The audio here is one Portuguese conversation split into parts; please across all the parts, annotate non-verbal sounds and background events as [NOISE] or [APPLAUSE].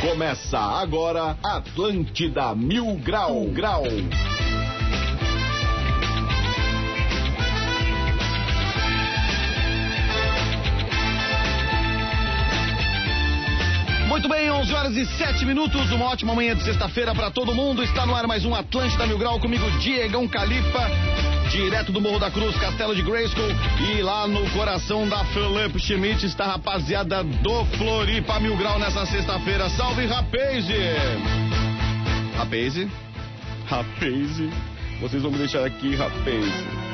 Começa agora Atlântida Mil Grau Grau. Muito bem, 11 horas e 7 minutos, uma ótima manhã de sexta-feira para todo mundo. Está no ar mais um Atlântida Mil Grau comigo, Diegão Califa, direto do Morro da Cruz, Castelo de Grayskull. E lá no coração da Felipe Schmidt está a rapaziada do Floripa Mil Grau nessa sexta-feira. Salve, rapaze! Rapaze? Rapaze? Vocês vão me deixar aqui, rapaze.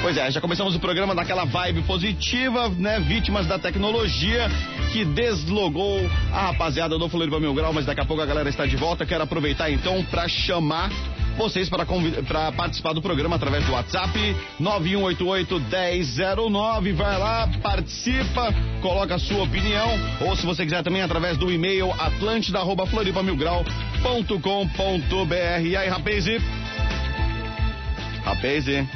Pois é, já começamos o programa daquela vibe positiva, né? Vítimas da tecnologia que deslogou a rapaziada do Floripa Mil Grau, mas daqui a pouco a galera está de volta. Quero aproveitar então para chamar vocês para convid- para participar do programa através do WhatsApp 9188 1009. Vai lá, participa, coloca a sua opinião ou se você quiser também através do e-mail atlântida@floripamilgrau.com.br. E aí, rapazi? Rapazi?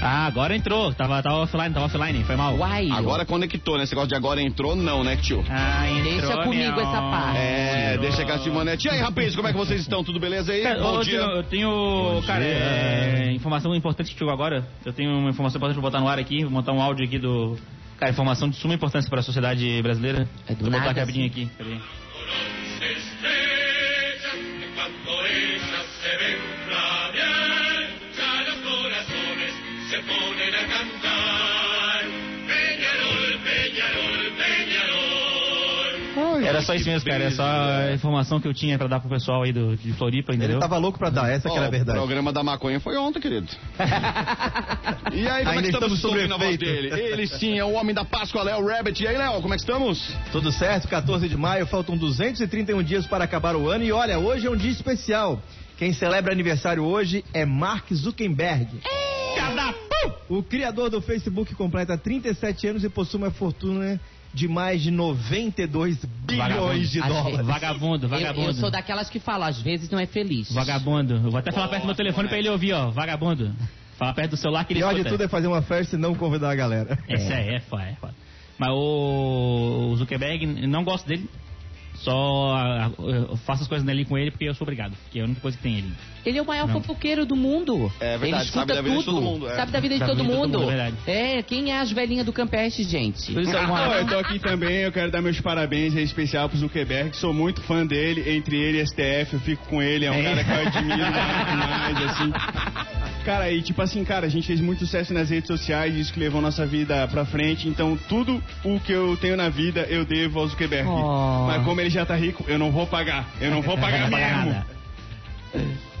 Ah, agora entrou. Tava, tava offline, tava offline. Foi mal. Uai, é Agora conectou, né? Esse negócio de agora entrou, não, né, tio? Ah, entrou, Deixa comigo meu. essa parte. É, Entrou. deixa com a Simonete. E aí, rapaz, como é que vocês estão? Tudo beleza aí? Cara, Bom ô, dia. Tio, eu tenho, cara, dia. é, informação importante que chegou agora. Eu tenho uma informação importante pra botar no ar aqui. Vou montar um áudio aqui do. Cara, informação de suma importância pra sociedade brasileira. É do Vou botar nada, aqui rapidinho assim. aqui. Peraí. Estrellas que cuando ellas se ven radiar, ya los corazones se ponen a cantar. Peñarol, Peñarol, Peñarol. Era só isso mesmo, cara. Era só a informação que eu tinha pra dar pro pessoal aí do, de Floripa, entendeu? Ele tava louco pra dar, essa que era a Ó, verdade. O programa da maconha foi ontem, [LAUGHS] querido. e aí, como é Ainda que estamos estamos sob ouvindo a voz dele? efeito. Ele sim, é o homem da Páscoa, Léo Rabbit. E aí, Léo, como é que estamos? Tudo certo, 14 de maio, faltam 231 dias para acabar o ano e olha, hoje é um dia especial. Quem celebra aniversário hoje é Mark Zuckerberg. O criador do Facebook completa 37 anos e possui uma fortuna de mais de 92 bilhões Vagabundo. de Achei. dólares. Vagabundo, eu, vagabundo. eu sou daquelas que falam, às vezes não é feliz. Vagabundo. Eu vou até falar perto do meu telefone pra ele ouvir, ó. Vagabundo. Falar perto do celular que ele Pior de escuta. tudo é fazer uma festa e não convidar a galera. Essa é, é foda, é foda. Mas o o Zuckerberg, não gosto dele. Só ah, eu faço as coisas nele com ele porque eu sou obrigado. Porque é a única coisa que tem ele. Ele é o maior Não. fofoqueiro do mundo. É verdade, Ele escuta sabe da vida tudo. de todo mundo, é. Sabe da vida de Da todo vida de todo mundo. mundo, é verdade. é. é, quem é as velhinhas do Campestre, gente? Por isso, alguma- eu tô aqui também, eu quero dar meus parabéns em especial pro Zuckerberg, sou muito fã dele, entre ele e STF, eu fico com ele, é um [LAUGHS] cara que eu admiro demais, assim. Cara, e tipo assim, cara, a gente fez muito sucesso nas redes sociais, isso que levou nossa vida pra frente, então tudo o que eu tenho na vida eu devo ao Zuckerberg. Oh. Mas como ele já tá rico, eu não vou pagar, eu não vou pagar [LAUGHS] não paga mesmo. nada.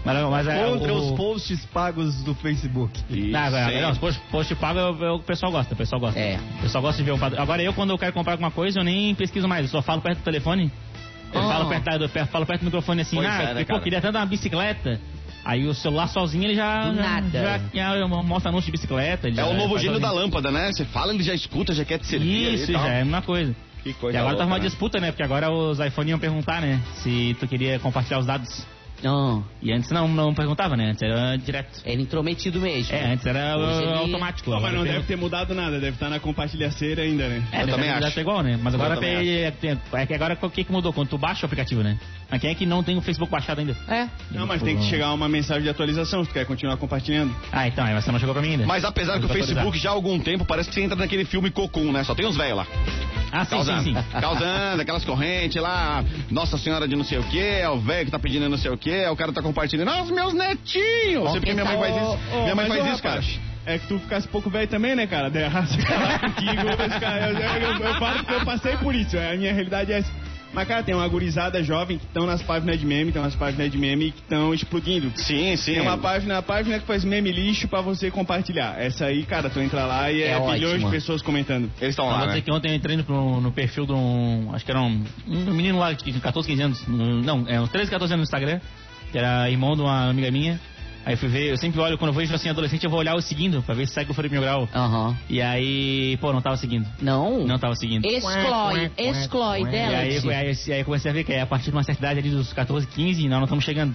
Mas, não, mas é, Contra o- os posts pagos do Facebook. Não, agora, Isso, não, hein? os post, post pago é o- é o que o pessoal gosta, o pessoal gosta. É. O pessoal gosta de ver um padrão. Agora eu, quando eu quero comprar alguma coisa, eu nem pesquiso mais, eu só falo perto do telefone. Eu Oh. falo, perto, da- do- perto- falo perto do microfone assim, Ah. Pois ah, é, né, pô, cara? queria tanto uma bicicleta. Aí o celular sozinho ele já. Do já- nada. Já, já mostra anúncio de bicicleta. ele É já o novo faz gênio da sozinho. lâmpada, né? Você fala, ele já escuta, já quer te servir. Isso, ali e tal. já é a mesma coisa. Que E coisa agora louca, tava uma né? disputa, né? Porque agora os iPhone iam perguntar, né? Se tu queria compartilhar os dados. Não, E antes não, não perguntava, né? Antes era direto. era intrometido mesmo. É, antes era Hoje uh, ele- automático. Pô, mas Agora não pergunta- deve ter mudado nada, deve estar na compartilhaceira ainda, né? É, Eu deve- também deve acho. ser igual, né? Mas Eu agora também tem, tem- é que agora o que, que mudou? Quando tu baixa o aplicativo, né? Mas quem é que não tem o Facebook baixado ainda? É. Não, mas tem que chegar uma mensagem de atualização, se tu quer continuar compartilhando. Ah, então, aí você não chegou pra mim ainda. Mas apesar que o Vou atualizar. Facebook já há algum tempo parece que você entra naquele filme Cocum, né? Só tem uns velhos lá. Ah, sim, causando, sim, [LAUGHS] sim. causando aquelas correntes lá, Nossa Senhora de não sei o que, é o velho que tá pedindo não sei o que, é o cara tá compartilhando, ah, os meus netinhos! Não sei porque minha tá, mãe faz isso, Então, Ô, minha mãe mas, faz ô, isso, cara. rapaz, É que tu ficasse pouco velho também, né, cara? Daí [LAUGHS] arrasa aquela contigo, mas, cara, eu, eu, eu, eu falo porque eu passei por isso, a minha realidade é essa. Mas, cara, tem uma gurizada jovem que estão nas páginas de meme, tem umas páginas de meme que estão explodindo. Sim, sim. Tem uma página, a página que faz meme lixo pra você compartilhar. Essa aí, cara, tu entra lá e é, É bilhões ótima. de pessoas comentando. Eles estão Então, Eu lá, vou né? dizer que ontem eu entrei no, no perfil de um. Acho que era um, um menino lá de 14, 15 anos. um- Não, é uns 13, 14 anos no Instagram. Que era irmão de uma amiga minha. Aí eu fui ver, eu sempre olho, quando eu vejo assim adolescente, eu vou olhar o seguindo pra ver se segue o Felipe Mil Grau. Aham. E aí, pô, não tava seguindo. Não. Não tava seguindo. Exclói, exclói E dela. é aí, aí, aí eu comecei a ver que a partir de uma certa idade ali dos 14, 15, nós não estamos chegando.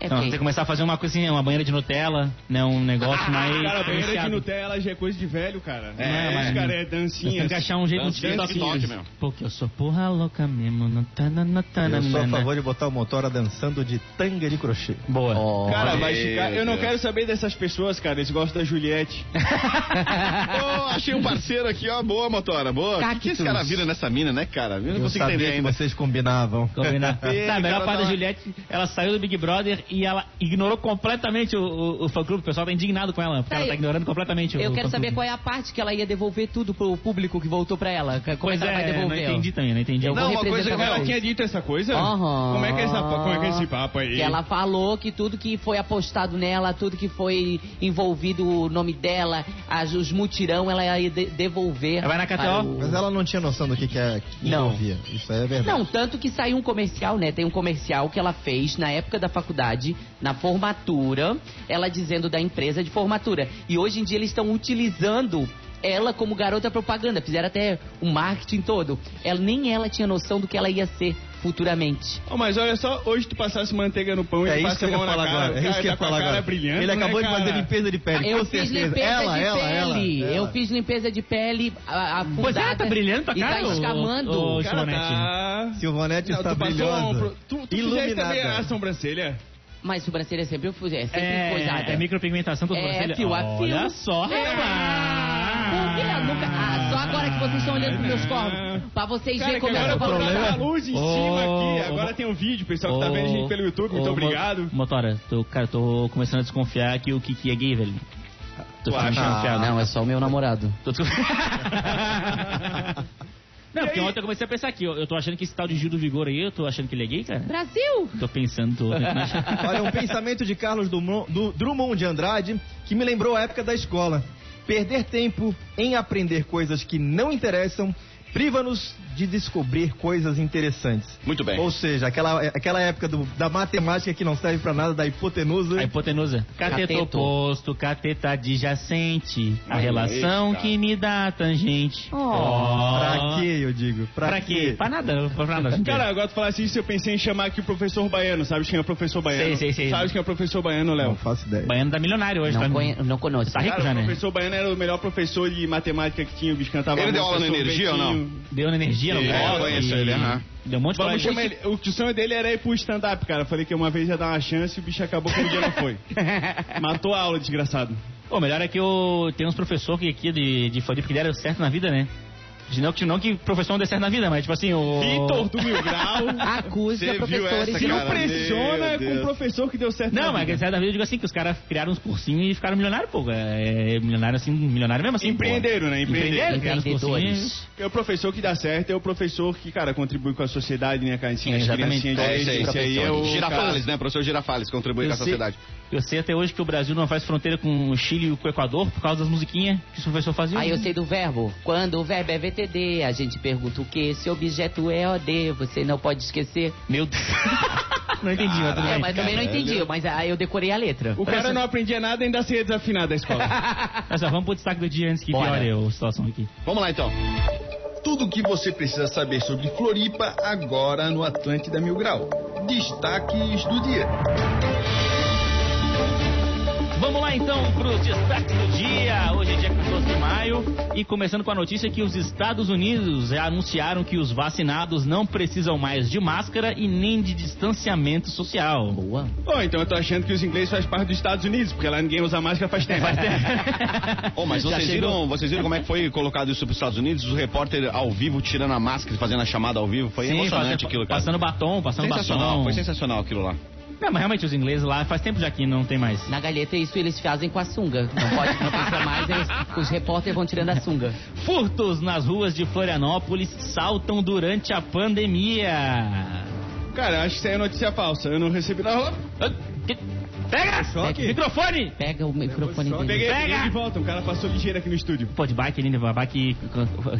É Então, tem que feio. começar a fazer uma coisa assim, uma banheira de Nutella, né? Um Ah, negócio mais. Cara, banheira de diferenciado. Nutella já é coisa de velho, cara. É, É, mas- mas, cara, é Nós dancinha. Temos que achar um jeito um Dancinha, TikTok dancinha. toque, meu. Porque eu sou porra louca mesmo. Nutana, nutana, Eu sou a nana. favor de botar o motora dançando de tanga de crochê. Boa. Cara, vai Meu ficar. Eu não Deus. quero saber dessas pessoas, cara. Eles gostam da Juliette. Ô, achei um parceiro aqui, ó. Boa, motora, boa. O que, que esse Cactus. cara vira nessa mina, né, cara? Eu não Eu consigo sabia entender que ainda. vocês combinavam. Combinar. Ele, Tá, a melhor cara, parte tá da lá. Juliette, ela saiu do Big Brother e ela ignorou completamente o, o, o fã-clube. O pessoal tá indignado com ela, porque Tá, ela tá eu- ignorando completamente o Eu o quero saber fã-clube. qual é a parte que ela ia devolver tudo pro público que voltou pra ela. Como Pois é que ela vai é, não devolver? entendi também, não entendi. Eu Não, uma coisa que representar ela o- Ela tinha dito essa coisa? Aham. [LAUGHS] Como é que é, essa, como é que é esse papo aí? Que ela falou que tudo que foi apostado nela, tudo que foi envolvido o nome dela, as, os mutirão, ela ia de- devolver. Ela vai na para KTO? o- Mas ela não tinha noção do que, que, é, que Não. envolvia. Isso aí é verdade. Não, tanto que saiu um comercial, né? Tem um comercial que ela fez na época da faculdade, na formatura, ela dizendo da empresa de formatura. E hoje em dia eles estão utilizando ela como garota propaganda. Fizeram até o marketing todo. Ela, nem ela tinha noção do que ela ia ser futuramente. Ó, mas olha só, hoje tu passasse manteiga no pão e É tu isso que passa eu a ia mão na falar cara. agora. o É isso cara que eu ia tá com a falar cara agora. brilhante, Ele né, acabou de fazer cara? limpeza de pele. eu com fiz certeza. limpeza ela, de ela, ela, pele. ela. Eu fiz limpeza de pele a- afundada. Pois é, tá brilhando pra E tá caralho, ô- escamando. ô, Cara, Silvanete. tá- Silvanete Não, está tu passou um brilhosa. pro- Tu, tu fizeste também a Iluminada. sobrancelha? Mas sobrancelha é sempre, fu- é sempre coisada. É, é micropigmentação toda É, sobrancelha. fio a fio. Olha só, É. Por que eu rapaz. nunca... Ah, só agora que vocês estão olhando pros meus corpos. Pra vocês Cara, verem é que tá como tá agora eu sou eu vou problema. botar a luz em Ô, cima aqui. ô, Agora tem um vídeo, pessoal, que tá vendo a gente pelo YouTube. Ô, Muito mo- obrigado. Motora, tô, cara, tô começando a desconfiar que o Kiki é gay, velho. Tô ficando acha? desconfiado. Não, é só o meu namorado. Tô [LAUGHS] desconfiado. Não, porque ontem eu comecei a pensar aqui, eu, eu tô achando que esse tal de Gil do Vigor aí, eu tô achando que ele é gay, cara. Brasil! Tô pensando, tô tentando achar. [LAUGHS] Olha, um pensamento de Carlos Dumont- du- Drummond de Andrade que me lembrou a época da escola. Perder tempo em aprender coisas que não interessam priva-nos de descobrir coisas interessantes. Muito bem. Ou seja, aquela, aquela época do- da matemática que não serve pra nada, da hipotenusa. A hipotenusa. Cateto Cateto. oposto, cateta adjacente. A relação eita. que me dá a tangente. Oh. Ó. Pra quê, eu digo? Pra, quê? Pra nada, pra nada. Cara, agora tu falasse isso, eu pensei em chamar aqui o professor Baiano. Sabe quem é o professor Baiano? Sei, sei, sei. Sabe quem é o professor Baiano, Não Léo? faço ideia. Baiano tá milionário hoje, tá? Não, conhe... não conosco. Tá rico Cara, já, o né? professor Baiano era o melhor professor de matemática que tinha, o bicho cantava Ele deu música, aula na energia ou não? sorvetinho. Deu na energia, no É, bloco, eu conheço e- ele, aham. Deu um monte de Vamos coisa. chamar ele. O que o sonho dele era ir pro stand-up, cara. Falei que uma vez ia dar uma chance e o bicho acabou que o dia [LAUGHS] não foi. Matou a aula, desgraçado. Pô, melhor é que eu tenho uns professores que aqui é de, de Floripa que deram certo na vida, né? Não que, não que professor não dê certo na vida, mas tipo assim, o... Vitor do Mil Grau. Acusa Você viu professores essa, de Se cara? impressiona meu com Deus. o professor que deu certo. Não, na mas vida. certo na vida eu digo assim, que os caras criaram uns cursinhos e ficaram milionários, pô. É, é milionário assim, milionário mesmo assim. pô. Empreenderam, né? Empreenderam. Empreenderam, criaram uns cursinhos. empreendedores. É o professor que dá certo, é o professor que, cara, contribui com a sociedade, né, cara? É, Ensina as exatamente. criancinhas É, direito, isso aí, esse aí é o... Girafales, né? Professor Girafales, contribui Eu com a sei- sociedade. Eu sei até hoje que o Brasil não faz fronteira com o Chile e com o Equador por causa das musiquinhas que os professores faziam. Aí eu sei do verbo. Quando o verbo é VTD, a gente pergunta o que? Se objeto é OD, você não pode esquecer. Meu Deus. [LAUGHS] não entendi, mas tudo É, bem. mas também não entendi, mas aí eu decorei a letra. O cara não aprendia nada e ainda se ia desafinar da escola. Mas só vamos pro destaque do dia antes que Bora. piore a situação aqui. Vamos lá, então. Tudo o que você precisa saber sobre Floripa agora no Atlântida Mil Grau. Destaques do dia. Vamos lá então para os destaques do dia. Hoje é dia 14 de maio e começando com a notícia que os Estados Unidos já anunciaram que os vacinados não precisam mais de máscara e nem de distanciamento social. Boa. Bom, então eu tô achando que os ingleses fazem parte dos Estados Unidos, porque lá ninguém usa máscara faz tempo. Ô, [LAUGHS] mas Já vocês chegou. viram, vocês viram como é que foi colocado isso pros Estados Unidos? O repórter ao vivo tirando a máscara e fazendo a chamada ao vivo. Foi Sim, emocionante fazendo- aquilo, cara. Passando batom, passando sensacional, batom. foi sensacional aquilo lá. Não, mas realmente os ingleses lá faz tempo já que não tem mais. Na galheta, isso eles fazem com a sunga. Não pode, não precisa mais, eles, os repórteres vão tirando a sunga. Furtos nas ruas de Florianópolis saltam durante a pandemia. Cara, acho que isso aí é notícia falsa. Eu não recebi nada. Que- Pega! Choque. Microfone! Pega o microfone Peguei, dele. peguei Pega! de volta. Um cara passou ligeiro aqui no estúdio. Pô, de bike ainda, a bike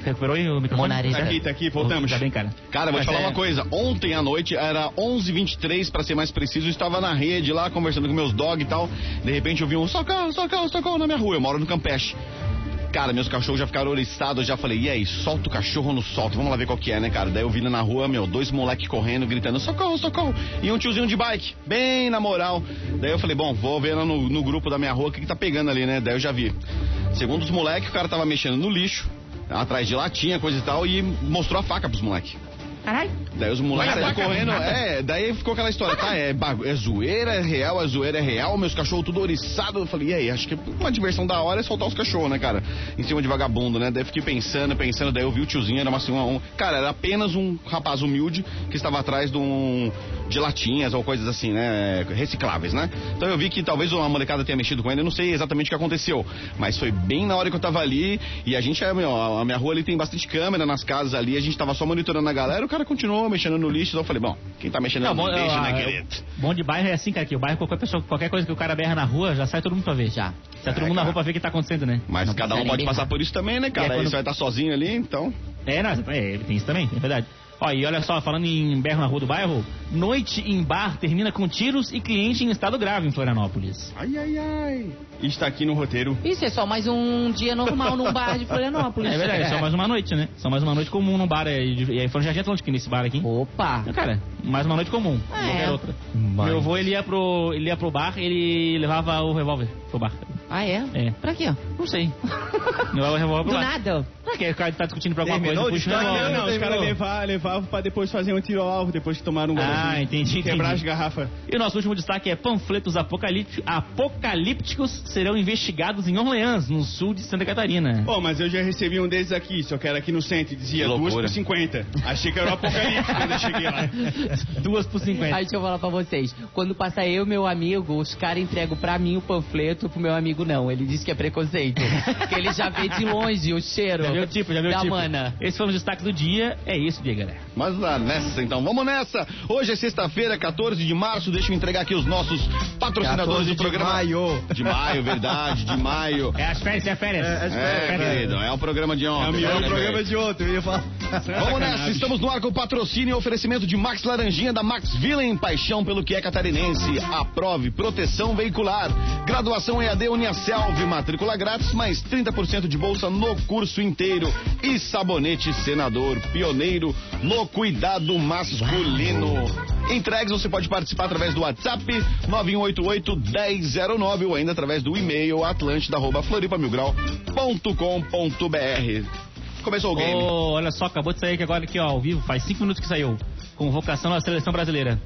recuperou aí o microfone? Monareta. Tá aqui, tá aqui, voltamos. Tá bem, cara. Cara, vou te Mas falar é- uma coisa. Ontem à noite, era 11h23, pra ser mais preciso, eu estava na rede lá, conversando com meus dog e tal. De repente eu vi um socorro, socorro, socorro na minha rua. Eu moro no Campeche. Cara, meus cachorros já ficaram oriçados, eu já falei, e aí, solta o cachorro ou não solta? Vamos lá ver qual que é, né, cara? Daí eu vi lá na rua, meu, dois moleques correndo, gritando, socorro, socorro. E um tiozinho de bike, bem na moral. Daí eu falei, bom, vou ver lá no, no grupo da minha rua o que, que tá pegando ali, né? Daí eu já vi. Segundo os moleques, o cara tava mexendo no lixo, atrás de latinha, coisa e tal, e mostrou a faca pros moleques. Caralho. Daí os moleques saíram correndo. É, daí ficou aquela história, tá? É, bagu- é zoeira, é real, é zoeira, é real. Meus cachorros tudo oriçado. Eu falei, e aí? Acho que uma diversão da hora é soltar os cachorros, né, cara? Em cima de vagabundo, né? Daí fiquei pensando, pensando. Daí eu vi o tiozinho, era uma assim, um, Cara, era apenas um rapaz humilde que estava atrás de um. de latinhas ou coisas assim, né? Recicláveis, né? Então eu vi que talvez uma molecada tenha mexido com ele. Eu não sei exatamente o que aconteceu. Mas foi bem na hora que eu tava ali. E a gente, é, meu, a minha rua ali tem bastante câmera nas casas ali. A gente tava só monitorando a galera. O cara continuou mexendo no lixo. Então eu falei, bom, quem tá mexendo Não, no bom, lixo, ah, né, eu- querido? bom de bairro é assim, cara, que o bairro, qualquer pessoa, qualquer coisa que o cara berra na rua, já sai todo mundo pra ver. Já. Sai todo É, mundo na cara. rua pra ver o que tá acontecendo, né? Mas Não cada um precisa pode nem passar berrar. por isso também, né, cara? E é Aí quando- você vai estar sozinho ali, então. É, não, é, tem isso também, é verdade. Ó, e olha só, falando em berro na rua do bairro, noite em bar termina com tiros e cliente em estado grave em Florianópolis. Ai, ai, ai. Está aqui no roteiro. Isso é só mais um dia normal num bar de Florianópolis. É verdade, é só mais uma noite, né? Só mais uma noite comum num bar, é, de- e aí foi no Jardim Atlântico nesse bar aqui. Opa. Não, Cara, mais uma noite comum, É. qualquer outra. Meu avô, ele ia, pro, ele ia pro bar, ele levava o revólver pro bar. Ah, é? É. Pra quê? Não sei. [LAUGHS] Levava o revólver pro Do bar. nada. Ah, que aí o cara tá discutindo pra alguma Terminou coisa, de puxa o história? Não, revólver. não, os caras terminou. levavam, levavam pra depois fazer um tiro ao alvo, depois que tomaram um gol. Ah, entendi, entendi. Quebrar as garrafas. E o nosso último destaque é panfletos apocalípti- apocalípticos serão investigados em Orleans, no sul de Santa Catarina. Pô, mas eu já recebi um desses aqui, só que era aqui no centro, e dizia Que duas loucura. por 50. Achei que era o apocalipse quando eu cheguei lá. Duas por Aí 50. deixa eu falar pra vocês. Quando passa eu e meu amigo, os caras entregam pra mim o panfleto, pro meu amigo não. Ele diz que [LAUGHS] é preconceito. Porque ele já vê de longe o cheiro Já viu o tipo, já viu da o tipo. mana. Esse foi o destaque do dia. É isso, Bia, galera. Mas lá nessa, então, vamos nessa! Hoje é sexta-feira, 14 de março. Deixa eu entregar aqui os nossos patrocinadores 14 do programa. de maio. De maio, verdade, de maio. [LAUGHS] É as férias, é as férias. É, querido, é o programa de ontem. É o Olha, programa velho. um de outro, eu ia falar. Vamos nessa, estamos no ar com o patrocínio e oferecimento de Max Laranjinha da Max Villain, paixão pelo que é catarinense. Aprove proteção veicular. Graduação EAD Uniaselv, matrícula grátis, mais 30% de bolsa no curso inteiro. E Sabonete Senador, pioneiro no cuidado masculino. Entregues, você pode participar através do WhatsApp 9188-1009 ou ainda através do e-mail atlântida.floripamilgrau.com.br. Começou o game. Ô, olha só, acabou de sair que agora aqui, ó, ao vivo, faz cinco minutos que saiu. Convocação da seleção brasileira.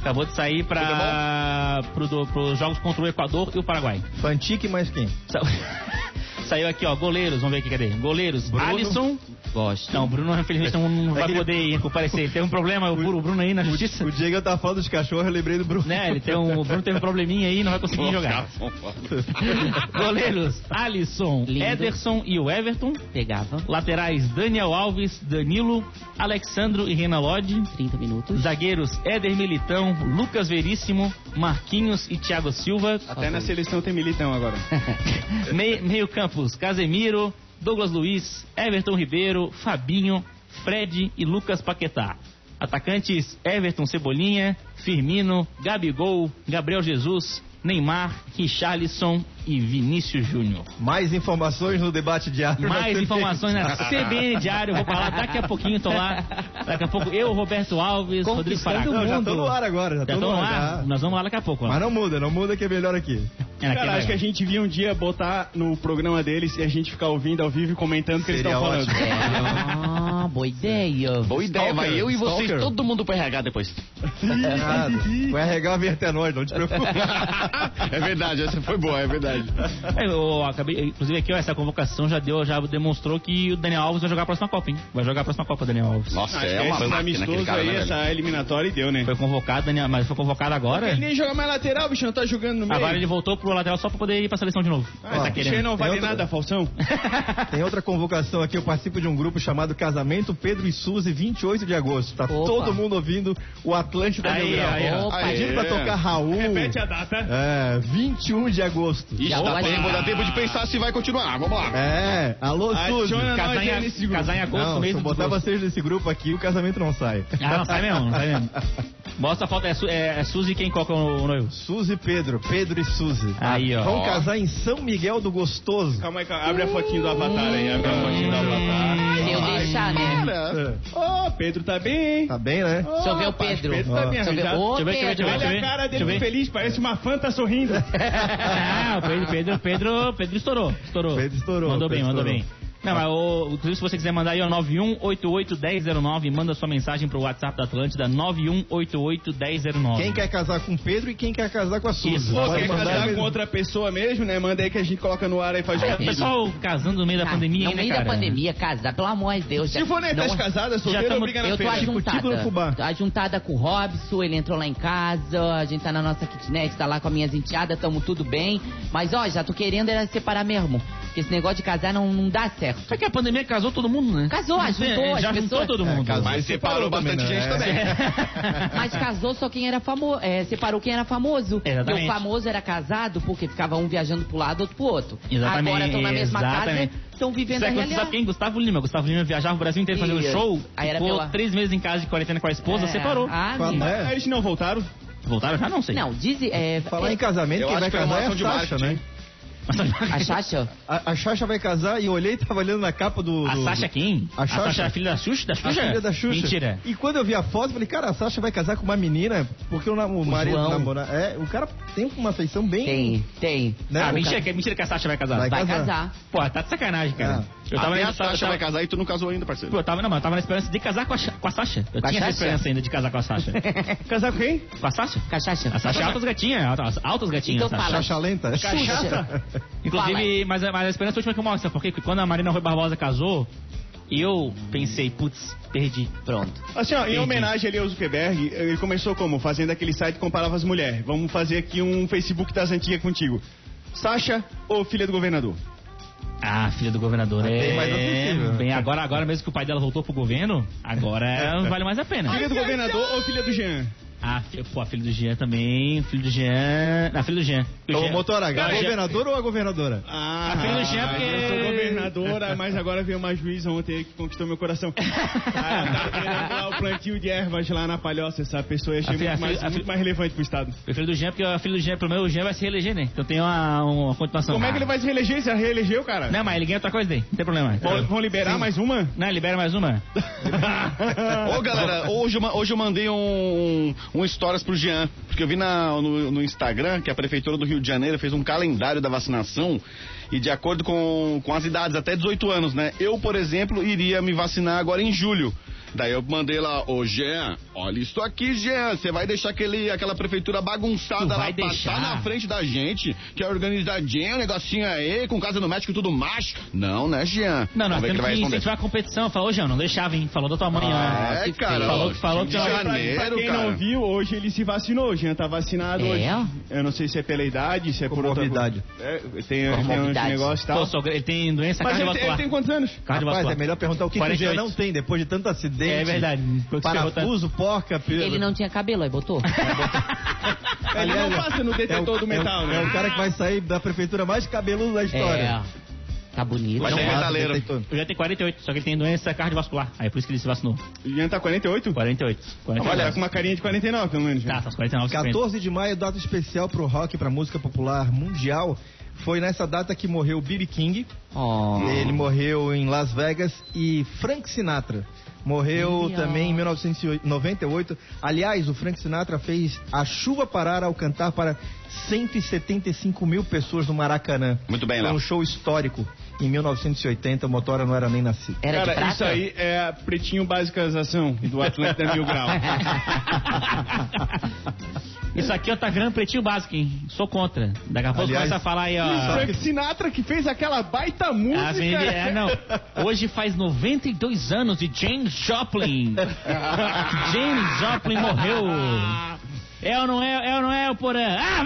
Acabou de sair para pro, do- pros jogos contra o Equador e o Paraguai. Fantique mais quem? Sa- [LAUGHS] Saiu aqui, ó, goleiros, vamos ver aqui, cadê? Goleiros, Alisson. Gosto. Não, Bruno, infelizmente, não, não vai poder comparecer. Tem um problema, o Bruno, o Bruno aí na justiça. O dia que eu tava falando dos cachorros, eu lembrei do Bruno. Né, ele tem um, o Bruno teve um probleminha aí e não vai conseguir jogar. Goleiros, Alisson, Lindo. Ederson e o Everton. Pegava. Laterais, Daniel Alves, Danilo, Alexandro e Renan Lodge. 30 minutos. Zagueiros, Éder Militão, Lucas Veríssimo, Marquinhos e Thiago Silva. Até na seleção tem militão agora. Mei- meio campos, Casemiro, Douglas Luiz, Everton Ribeiro, Fabinho, Fred e Lucas Paquetá. Atacantes, Everton Cebolinha, Firmino, Gabigol, Gabriel Jesus, Neymar, Richarlison e Vinícius Júnior. Mais informações no debate diário. [LAUGHS] Mais informações na CBN Diário, vou falar daqui a pouquinho, tô lá. Daqui a pouco eu, Roberto Alves, Rodrigo Conquistando Faraco. Não, já tô no ar agora, já tô Já no estão ar. lá? já. Nós vamos lá daqui a pouco. ó. Mas não muda, não muda que é melhor aqui. É, naquele Cara, acho que a lugar. gente via um dia botar no programa deles e a gente ficar ouvindo ao vivo e comentando o que eles Seria estão falando. ótimo. [LAUGHS] Ah, boa ideia. Boa ideia, Stalker, vai eu e vocês, stalker. todo mundo pro RH depois. Nada. [LAUGHS] O RH vem até nós, não te [LAUGHS] preocupa. [LAUGHS] é verdade, essa foi boa, é verdade. É, eu acabei, inclusive aqui, ó, essa convocação já deu, já demonstrou que o Daniel Alves vai jogar a próxima Copa, hein? Vai jogar a próxima Copa, Daniel Alves. Nossa, Acho é que uma esses máquina aquele amistosos cara, aí, né, velho? essa eliminatória e deu, né? Foi É. convocado, Daniel, mas foi convocado agora? Ele nem joga mais lateral, bicho, não tá jogando no meio. Agora ele voltou pro lateral só pra poder ir pra seleção de novo. Ah, esse Ó, bicho aí não vale tem outra- nada, Falsão. Tem outra convocação aqui, eu participo de um grupo chamado Casamento Pedro e Suzy, 28 de agosto. Tá Opa. todo mundo ouvindo o Atlântida Aí, Mil Grau. aí, ó. Opa. Tá Pedindo pra Aê. tocar Raul. Repete a data. É, 21 de agosto. Ixi, Já dá pode- tempo, dá tempo de pensar se vai continuar. Vamos lá. É, alô Suzy. Adiciona nós Casar aí em, nesse grupo. casar em agosto Não, se eu mesmo. botar vocês nesse grupo aqui, o casamento não sai. [LAUGHS] Ah, não, sai mesmo, não sai mesmo. Mostra a foto, é, Su- é, é Suzy quem coloca o noivo. Suzy e Pedro, Pedro e Suzy. Aí, ó. Vão casar em São Miguel do Gostoso. Calma aí, calma. abre a fotinha do Avatar aí, é, abre a fotinha do Avatar. Se eu deixar, né? É. Ô, Pedro tá bem, hein? Tá bem, né? Deixa eu ver o rapaz, Pedro. Pedro tá bem Deixa eu ver- arranjado. Ô, Deixa eu ver, deixa eu ver, Pedro. deixa eu Olha ver. a cara Deixa eu dele ver. feliz, parece uma fã, tá sorrindo. Ah, o Pedro, Pedro, Pedro, Pedro estourou. Estourou. Pedro estourou, Mandou Pedro bem, mandou estourou. bem. Não, mas o, inclusive, se você quiser mandar aí, ó, 9188-1009, manda sua mensagem pro WhatsApp da Atlântida, 9188-1009. é? Quem quer casar com o Pedro e quem quer casar com a Suzy. Isso. Pô, Pode quer mandar casar mesmo. com outra pessoa mesmo, né? Manda aí que a gente coloca no ar e faz... O pessoal casando no meio da Ah, pandemia No ainda, meio cara. da pandemia, casar, pelo amor de Deus. Se for na Não- idade casada, solteiro, tamo- obriga na Eu tô feira. Tico-tico no fubá. ajuntada. Tô ajuntada com o Robson, ele entrou lá em casa, a gente tá na nossa kitnet, tá lá com as minhas enteadas, tamo tudo bem. Mas ó, já tô querendo era separar mesmo. Porque esse negócio de casar não, não dá certo. Só que a pandemia casou todo mundo, né? Casou, ajuntou É, as Já pessoas. juntou todo mundo. casou. Mas separou bastante gente também. né? É. [LAUGHS] Mas casou só quem era famoso. separou quem era famoso. Exatamente. E o famoso era casado porque ficava um viajando pro lado, outro pro outro. Exatamente, Agora estão na mesma exatamente. casa, estão vivendo Sabe, a quando- sabe realidade. quem? Gustavo Lima. Gustavo Lima viajava o Brasil inteiro fazendo Isso. show. Aí era ficou pela- três meses em casa de quarentena com a esposa, É, separou. ah, Fala- amigo. é, Eles não voltaram? Voltaram já? Não sei. Não, diz. É, Falar é, em casamento, Eu quem acho vai que foi uma casar é a ação de Sasha, né? marketing. a Xaxa? A, a Sasha vai casar e eu olhei e tava olhando na capa do... A do- Sasha quem? A Sasha. A Sasha é a filha da Xuxa? Da Xuxa? A filha da Xuxa. Mentira. E quando eu vi a foto, eu falei, cara, a Sasha vai casar com uma menina, porque o, na- o marido João. namora. É, o cara tem uma feição bem. Tem, tem. Né? ah, O mentira, cara- que, mentira que a Sasha vai casar. Vai Vai casar. casar. Pô, tá de sacanagem, cara. Eu Até na- a Sasha tava- vai casar e tu não casou ainda, parceiro. Pô, eu tava, não, mas eu tava na esperança de casar com a, Sha- com a Sasha. Eu Com a tinha essa Sasha? esperança ainda de casar com a Sasha. Casar com quem? com a Sasha? Com a Xaxa? A Sasha é altas gatinhas, altas, altas gatinhas. Então a Sasha. fala. Sasha lenta. Inclusive, mas, é, mas a esperança última que eu mostro, porque quando a Marina Rui Barbosa casou, eu pensei, putz, perdi. Pronto. Assim, ó, em Entendi. homenagem ali ao Zuckerberg, ele começou como? Fazendo aquele site que comparava as mulheres. Vamos fazer aqui um Facebook das antigas contigo. Sasha ou filha do governador? Ah, filha do governador, é. Bem mais acessível. Bem, agora, agora mesmo que o pai dela voltou pro governo, agora não vale mais a pena. Filha do governador ou filha do Jean? Ah, fi- pô, a filha do Jean também, filho do Jean. A filha do Jean. Do Ô, Jean. motora, Não, a Jean- governadora ou a governadora? Ah, A filha do Jean, porque- Eu sou governadora, mas agora veio uma juíza ontem aí que conquistou meu coração. Ah, tá tendo lá o plantio de ervas lá na palhoça, essa pessoa eu achei A filha- muito, a filha- mais, a filha- muito mais relevante pro Estado. A filha do Jean, porque a filha do Jean, pelo menos o Jean vai se reeleger, né? Então tem uma, uma continuação. Como é que ele vai se reeleger? Se reelegeu, cara? Não, mas ele ganha outra coisa daí, não tem problema. Vão, vão liberar mais uma? Não, libera mais uma. Ô galera, hoje eu, ma- hoje eu mandei um, um stories pro Jean, porque eu vi na- no, no Instagram que a Prefeitura do Rio de Janeiro fez um calendário da vacinação e de acordo com, com as idades, até 18 anos, né? Eu, por exemplo, iria me vacinar agora em julho. Daí eu mandei lá, ô Jean, olha isso aqui, Jean, você vai deixar aquele, aquela prefeitura bagunçada Tu lá vai passar deixar? na frente da gente, que é organizadinha, um negocinho aí, com casa no médico e tudo mais. Não, né, Jean? Não, nós Vamos é ver temos ele que incentivar a competição. Falou, Jean, não deixava, hein? Falou da tua mãe, Ah, ó. Assim, É, cara. Falou que- falou de que- janeiro, Pra quem cara. não viu, hoje ele se vacinou. O Jean tá vacinado É? hoje. Eu não sei se é pela idade, se é por outra... Comorbidade. É, tem, tem uns Comorbidade. negócios Pô, e tal. sogro, ele tem doença Então- Mas ele, tem- ele cardiovascular. tem quantos anos? Rapaz, é Cardiovascular. melhor perguntar o que, que o 48. Jean não tem depois de tanto acidente. É verdade. Foi que você Parafuso, porca, pelo. Ele não tinha cabelo, [LAUGHS] aí botou. Ele não passa no detetor do metal, é, o- né? é o cara que vai sair da prefeitura mais cabeludo da históra. É. Tá bonito. Mas Não é passa, metaleiro. detetor. Eu já tenho 48, só que ele tem doença cardiovascular. Aí é por isso que ele se vacinou. O Jean tá 48? 48. 48. Olha, tá com uma carinha de 49, pelo menos. Tá, Tá. tá, uns 49, 50. 14 de maio, data especial pro rock, e pra música popular mundial. Foi nessa data que morreu o B.B. King. Oh. Ele morreu em Las Vegas e Frank Sinatra morreu Ih, ó. também em 1998. Aliás, o Frank Sinatra fez a chuva parar ao cantar para 175 mil pessoas no Maracanã. Muito bem, Foi Léo. um show histórico. Em 1980, o Motora não era nem nascido. Era de Cara, prata? isso aí é a pretinho basicazação do Atlanta Mil [LAUGHS] Grau. Isso aqui, ó, tá virando pretinho básico, hein? Sou contra. Daqui a pouco Aliás, começa a falar aí, ó. Frank Sinatra que fez aquela baita música. Ah, sim, é, não. Hoje faz 92 anos de James [LAUGHS] Joplin. James Joplin morreu. É ou não é, é ou não é, o Porã? Ah,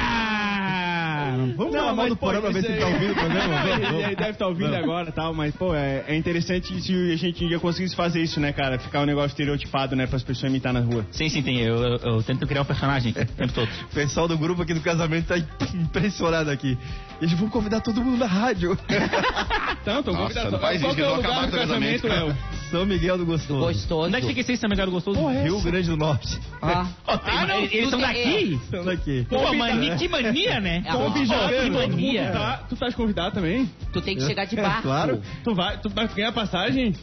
velha! velha! Vamos falar mal do pô, programa pra ver isso se ele aí- tá ouvindo [LAUGHS] o programa. Vamos, Ele ele vamos. deve estar ouvindo Vamos. agora e tal, mas, pô, é, é interessante se a gente um dia conseguisse fazer isso, né, cara? Ficar um negócio estereotipado, né, pras pessoas imitar na rua. Sim, sim, tem. Eu, eu, eu tento criar um personagem o tempo todo. O pessoal do grupo aqui do casamento tá impressionado aqui. Eles vão convidar todo mundo da rádio. [LAUGHS] Então, tô Nossa, convidado. não faz Qual isso, que é que eu o vou lugar acabar do com o casamento, casamento, Léo? São Miguel do Gostoso. Gostoso. Onde é que fica esse São Miguel do Gostoso? é Rio Grande do Norte. Ah. Ó, tem- Ah, não, eles são tudo daqui? Estamos aqui. Pô, mani, que mania, né? É, ó, Ó, que mania. Tá, tu estás convidado também? Tu tem que chegar de barco. É, claro. Tu vai, tu vai ganhar passagem?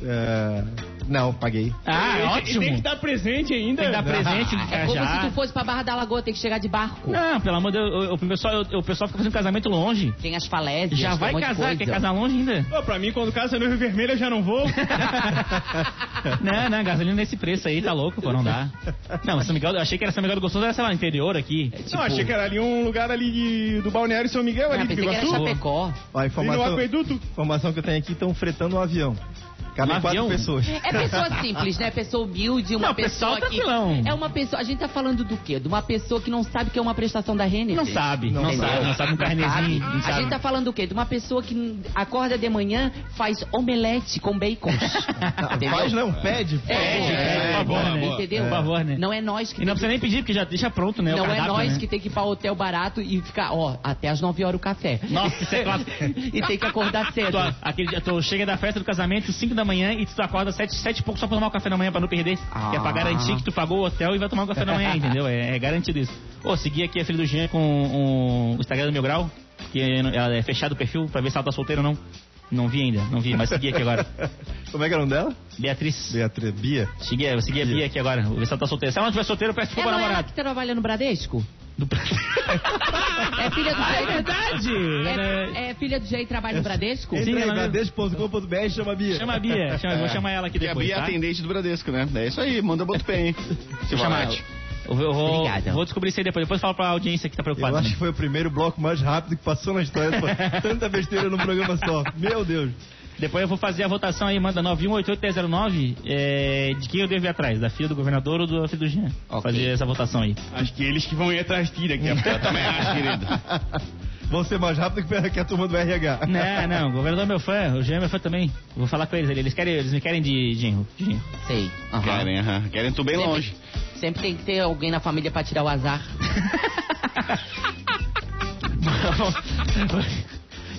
É, Não, paguei. Ah, E- e Tem que ótimo. dar presente ainda. Tem que dar presente do É como se Cajá. tu fosse pra Barra da Lagoa, tem que chegar de barco. Não, pelo amor de Deus, o- o pessoal, o pessoal fica fazendo casamento longe. Tem as falésias, Já tem Ah, vai um monte de casar, coisa. quer casar longe [LAUGHS] ainda? Pô, pra mim, quando casa no Rio Vermelho, eu já não [LAUGHS] vou. Não, não, gasolina nesse preço aí, tá louco, pô, não dá. Não, mas São Miguel, eu achei que era São Miguel do Gostoso, era, sei lá, interior aqui. Não, achei que era ali um lugar ali de- do Balneário São Miguel, ali Ah, de pensei que era Iguaçu. Chapecó. Ó, a E no informação, aqueduto. informação que eu tenho aqui, estão fretando um avião. Cabem Um quatro avião? pessoas. É pessoa simples, né? Pessoa humilde, uma Não, pessoal pessoa que. tranquilão. É uma pessoa. A gente tá falando do quê? De uma pessoa que não sabe o que é uma prestação da Renner. Não sabe, não, Não sabe, sabe. não sabe um Sabe? carnezinho, não Tá A gente sabe. tá falando do quê? De uma pessoa que acorda de manhã, faz omelete com bacon. Entendeu? [LAUGHS] Faz não, pede. [LAUGHS] É, Pede, pede, por é, favor, é, né? entendeu? Por favor, né? Não é nós que E não tem precisa nem pedir, porque já deixa pronto, né? que- o não é cardápio, nós né? que tem que ir pra hotel barato e ficar, ó, até às 9 horas o café. Nossa, isso é clássico. [LAUGHS] e tem que acordar cedo. Tu, aquele, dia- tu chega da festa do casamento 5 da manhã e tu acorda 7, 7 e pouco só pra tomar o café da manhã pra não perder. Ah. Que é pra garantir que tu pagou o hotel e vai tomar o café da manhã, entendeu? É, é garantido isso. Ô, segui aqui a filha do Jean com um- o Instagram do Meu Grau, que é- ela é fechado o perfil pra ver se ela tá solteira ou não. Não vi ainda, não vi, mas segui aqui agora. Como é que é o nome dela? Beatriz. Beatriz Bia. Segui, eu segui a Bia aqui agora, vou ver se ela tá solteira. Se ela não tiver solteira, eu peço É desculpa, não é ela namorado. que trabalha no Bradesco? Do... [LAUGHS] É filha do é Jair. verdade! Ela- É, é filha do Jair e trabalha no Bradesco? Sim, Entra aí, ela mesmo. bradesco.com.br e chama a Bia. Chama a Bia, chama- vou chamar ela aqui E a depois, Bia é tá? atendente do Bradesco, né? É isso aí, manda boto [LAUGHS] bem, hein? Se Vou chamar. valete. Eu vou, eu vou- Obrigada. vou descobrir isso aí depois. Depois falo pra audiência que tá Eu preocupada. acho que também. foi o primeiro bloco mais rápido que passou na história. Foi [LAUGHS] Tanta besteira num programa só. Meu Deus. Depois eu vou fazer a votação aí, manda 9188309 é, de quem eu devo ir atrás, da filha do governador ou da filha do Jean. Ok. Fazer essa votação aí. Acho que eles que vão ir atrás de ti daqui a pouco. [LAUGHS] Eu também acho, querido. Vão ser mais rápido que que a turma do RH. [LAUGHS] Não, não, o governador é meu fã, o Jean é meu fã também. Vou falar com eles ali, eles, querem, eles me querem de genro. de [LAUGHS] genro. Sei. aham. Querem, aham. Querem tu bem Sempre- longe. Sempre tem que ter alguém na família pra tirar o azar.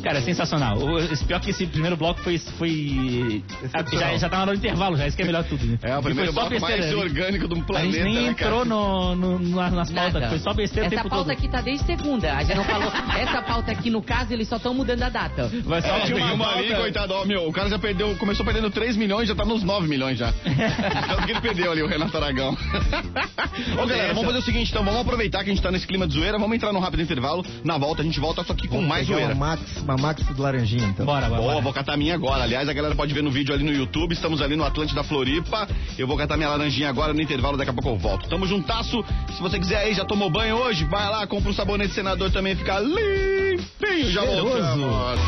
Cara, é sensacional. O, esse- pior que esse primeiro bloco foi. foi ah, já, já tá na hora do intervalo, já, isso que é melhor de tudo. né? É o E primeiro foi só bloco mais besteira. orgânico do A planeta, gente nem né, cara? entrou no, no- na- nas pautas, Nada. foi só besteira o Essa tempo pauta todo. aqui tá desde segunda. A gente [LAUGHS] não falou. Essa pauta aqui, no caso, eles só estão mudando a data. Vai só É, tem uma ali, coitado, ó, meu, o cara já perdeu, começou perdendo 3 milhões, já tá nos 9 milhões [LAUGHS] já. Tanto que ele perdeu ali, o Renato Aragão. Ô, galera, vamos fazer o seguinte, então, vamos aproveitar que a gente tá nesse clima de zoeira, vamos entrar num rápido intervalo, na volta a gente volta só que com mais pegar zoeira. Uma Max, uma Max do Laranjinha, então. Bora, bora. Boa, bora. vou catar a minha agora. Aliás, a galera pode ver no vídeo ali no YouTube. Estamos ali no Atlântida Floripa. Eu vou catar minha laranjinha agora no intervalo, daqui a pouco eu volto. Tamo juntasso. Se você quiser aí, já tomou banho hoje, vai lá, compra um sabonete senador também, fica limpinho. Já voltamos.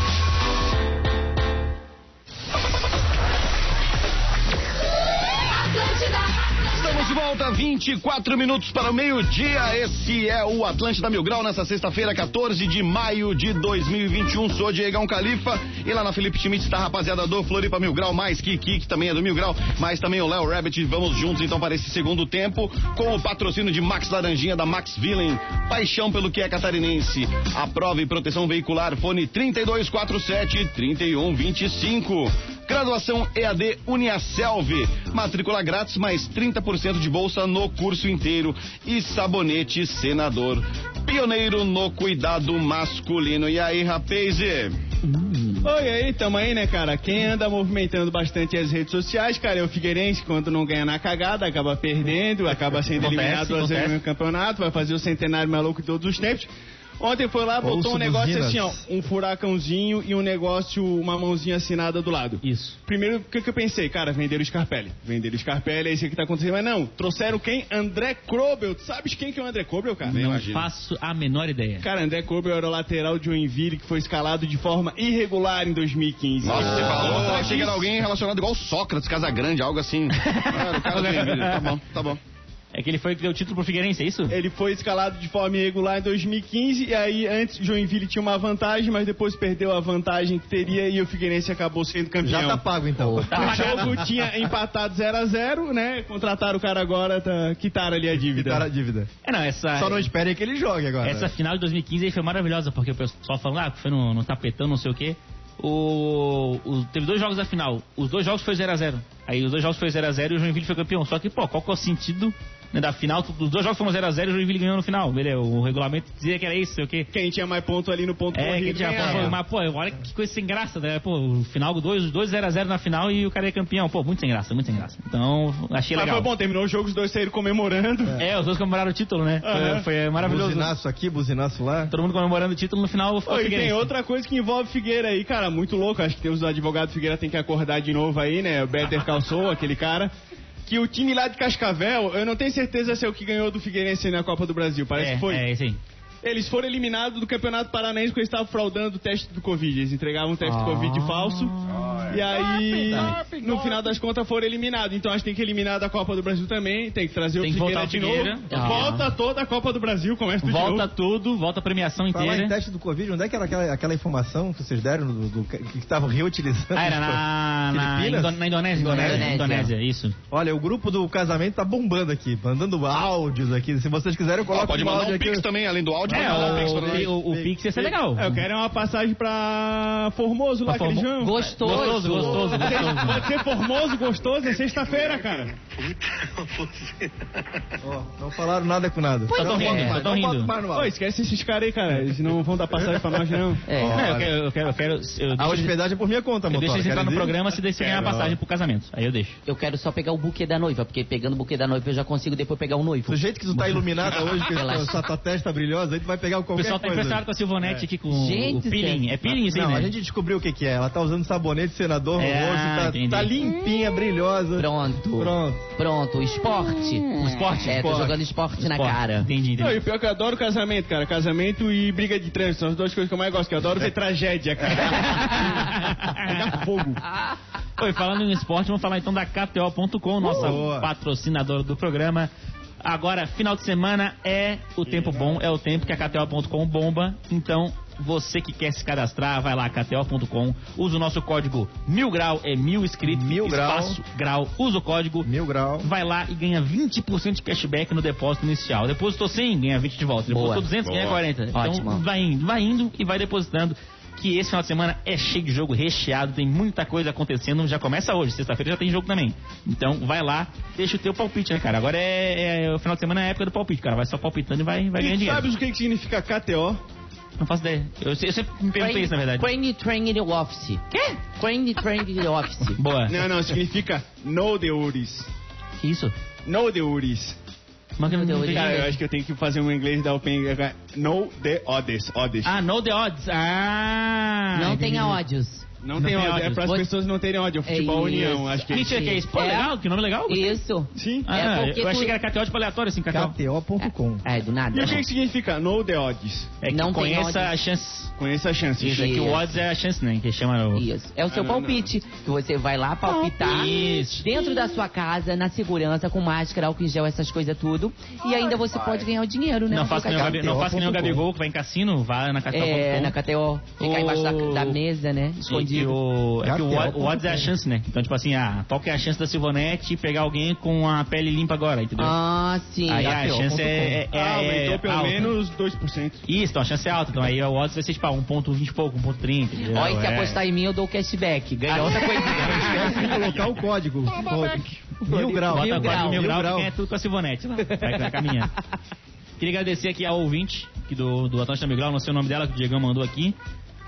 Estamos de volta, 24 minutos para o meio-dia. Esse é o Atlântida Mil Grau, nessa sexta-feira, 14 de maio de 2021. Sou Diegão Califa e lá na Felipe Schmidt está a rapaziada do Floripa Mil Grau, mais Kiki, que também é do Mil Grau, mas também o Léo Rabbit. Vamos juntos então para esse segundo tempo com o patrocínio de Max Laranjinha da Max Villain. Paixão pelo que é catarinense. Aprova e proteção veicular, fone 3247-3125. Graduação EAD Uniaselv. Matrícula grátis, mais 30% de bolsa no curso inteiro. E sabonete senador. Pioneiro no cuidado masculino. E aí, rapaz? Oi, aí, tamo aí, né, cara? Quem anda movimentando bastante as redes sociais, cara, é o Figueirense, quando não ganha na cagada, acaba perdendo, acaba sendo Acontece, eliminado duas acontece. vezes no mesmo campeonato, vai fazer o centenário maluco de todos os tempos. Ontem foi lá, botou Ouço um negócio buzinas. assim, ó, um furacãozinho e um negócio, uma mãozinha assinada do lado. Isso. Primeiro, o que, que eu pensei? Cara, venderam o Scarpelli. Venderam o Scarpelli, é isso que tá acontecendo. Mas não, trouxeram quem? André Krobel. Tu sabes quem que é o André Krobel, cara? Nem Não imagino. faço a menor ideia. Cara, André Krobel era o lateral de Joinville que foi escalado de forma irregular em 2015. Nossa, você falou, Outra achei que era disso. alguém relacionado igual Sócrates, Casagrande, algo assim. Cara, o cara do Emílio. Tá bom, tá bom. É que ele foi que deu o título pro Figueirense, é isso? Ele foi escalado de forma irregular em 2015 e aí antes Joinville tinha uma vantagem, mas depois perdeu a vantagem que teria e o Figueirense acabou sendo campeão. [LAUGHS] Já tá pago, então. [LAUGHS] O jogo tinha empatado 0 a 0, né? Contrataram o cara agora, tá... quitaram ali a dívida. Quitar a dívida. É, não, essa... Só não esperem que ele jogue agora. Essa final de 2015 aí foi maravilhosa, porque o pessoal falou, ah, foi no, no tapetão, não sei o quê. o, o- teve dois jogos da final. Os dois jogos foi 0x0. Aí os dois jogos foi 0x0 e o Joinville foi campeão. Só que, pô, qual que é o sentido né, da final? Os dois jogos foram 0x0 e o Joinville ganhou no final. Beleza, o regulamento dizia que era isso, sei o quê. Quem tinha mais ponto ali no ponto É, que corrido tinha ganhava. pô, mas, pô, olha que coisa sem graça, né? Pô, o final, dois 2 0x0 na final e o cara é campeão. Pô, muito sem graça, muito sem graça. Então, achei Mas legal. foi bom, terminou o jogo, os dois saíram comemorando. É, os dois comemoraram o título, né? Foi- Aham. Foi, maravilhoso. Buzinaço aqui, buzinaço lá. Todo mundo comemorando o título no final. Ô, e tem outra coisa que envolve Figueira aí, cara, muito louco. Acho que os advogados Figueira tem que acordar de novo aí, né? O Better Calçou, aquele cara. Que o time lá de Cascavel, eu não tenho certeza se é o que ganhou do Figueirense na Copa do Brasil. Parece é, que foi. É, sim. Eles foram eliminados do Campeonato Paranaense porque eles estavam fraudando o teste do Covid. Eles entregavam o teste Ah. do Covid falso. E aí, no final das contas, foram eliminados. Então, acho que tem que eliminar da Copa do Brasil também. Tem que trazer Tem o que Figueira voltar o de Figueira. novo. Ah. Volta toda a Copa do Brasil, começa tudo de Volta novo. tudo, volta a premiação Falar Tá em inteira. teste do Covid, onde é que era aquela, aquela informação que vocês deram do, do- que estavam reutilizando? Tipo, Ah, era na, na, Filipinas? Indo- na Indonésia, Indonésia. Indonésia, Indonésia, isso. Olha, o grupo do casamento tá bombando aqui, mandando áudios aqui. Se vocês quiserem, eu Ó, coloco pode um mandar áudio um aqui. pix também, além do áudio. É, pode mandar um pix pra nós. o, o, o Pix ia ser legal. É, Eu quero uma passagem pra Formoso lá, Pra aquele Formo- jão. Gostoso. Gostoso, gostoso, [LAUGHS] gostoso. Pode ser Formoso, gostoso, é sexta-feira, cara. Ó, não falaram nada com nada. Tá Só tão rindo, só tão não boto rindo. Então mais no Ô, áudio. esquece esses caras aí, cara. Eles não vão dar passagem pra nós, não. É. Não, eu quero, eu quero, eu quero eu A deixo, eles- hospedagem é por minha conta, eu motora. deixo eles entrar quero no dizer. programa se deixa ganhar a passagem pro casamento. Aí eu deixo. Eu quero só pegar o buquê da noiva, porque pegando o buquê da noiva eu já consigo depois pegar o noivo. Do jeito que tu tá iluminada hoje, com Relaxa. essa tua testa brilhosa, aí tu vai pegar o O qualquer pessoal tá coisa. impressionado com a É. Silvonete aqui com Gente, o peeling. É peeling isso aí, não, né? a gente descobriu o que que é. Ela tá usando sabonete senador no É, ah, rosto, entendi. tá, tá limpinha, brilhosa. Pronto. Pronto. Pronto. Esporte. esporte, É, tô esporte. jogando esporte, na Esporte. cara. Entendi, Não, entendi. e o pior é que eu adoro casamento, cara. Casamento e briga de trânsito são as duas coisas que eu mais gosto. Que eu adoro ver tragédia, cara. Pegar fogo. Oi, falando em esporte, vamos falar então da KTO.com, nossa Boa. patrocinadora do programa. Agora, final de semana é o tempo bom, é o tempo que a KTO.com bomba. Então, você que quer se cadastrar, vai lá, KTO.com, usa o nosso código mil grau, é mil inscritos, Mil grau. espaço, grau, usa o código Mil grau. vai lá e ganha 20% de cashback no depósito inicial. Depositou 100, ganha 20 de volta. Boa. Depositou 200, ganha Boa. 40. Ótimo. Então vai indo, vai indo e vai depositando. Que esse final de semana é cheio de jogo recheado, tem muita coisa acontecendo. Já começa hoje, sexta-feira já tem jogo também. Então vai lá, deixa o teu palpite, né, cara? Agora é, é- o final de semana é a época do palpite, cara. Vai só palpitando e vai, vai ganhar E tu dinheiro. sabes o que, que significa KTO? Não faço ideia. Eu, se- eu sempre me perguntei isso, na verdade. Crane Training Office. Quê? Crane Training Office. Boa. Não, não, significa No Deures. Que [LAUGHS] isso? No Deures. Mas é que não Meu Deus, tem- Cara, eu acho que eu tenho que fazer um inglês da Open. é, No the odds. odds. Ah, no the odds. Ah! Não entendi. tenha ódios. não, tem tem ódio. É odds. para as Vou- pessoas não terem ódio. Futebol É isso. União. Acho que. Mentira, que é isso. Pô, É. legal, que nome legal. Isso. Sim. Ah, É porque eu achei tu- que era KTO tipo aleatório, assim, KTO. KTO.com. É, do nada. E o que, que significa No the odds? É que Não tem odds. conheça a chance. Conheça a chance. Isso, é que o Isso. odds é a chance, né? Que chama o... Isso. É o seu Ah, não, palpite. Que você vai lá palpitar Palpite. dentro da sua casa, na segurança, com máscara, álcool em gel, essas coisas tudo. E ainda você pode ganhar o dinheiro, né? Não no faça seu nenhum, Gabi- não KTO.com. faça nenhum Gabigol que vai em cassino, vá na KTO.com. É, na KTO. Ficar embaixo da, da mesa, né? E tá que Escondido. o, é que o, od- o odds é a KTO.com. chance, né? Então, tipo assim, ah, qual que é a chance da Silvonete pegar alguém com a pele limpa agora, entendeu? Ah, sim. aí a KTO. chance é, é, é, Ah, aumentou pelo alta. menos 2%. Isso, então a chance é alta. Então aí o odds vai ser tipo ah, 1.20 e pouco, 1.30. entendeu? Ó, e se É. apostar em mim, eu dou cashback. Ganha outra coisinha. Esquece de colocar o código. Mil grau. Bota agora no mil grau, grau. que é tudo com a Silvonete lá. Vai, vai caminhando. Queria agradecer aqui ao ouvinte que do, do Atlântico Mil Grau, não sei o nome dela, que o Diegão mandou aqui.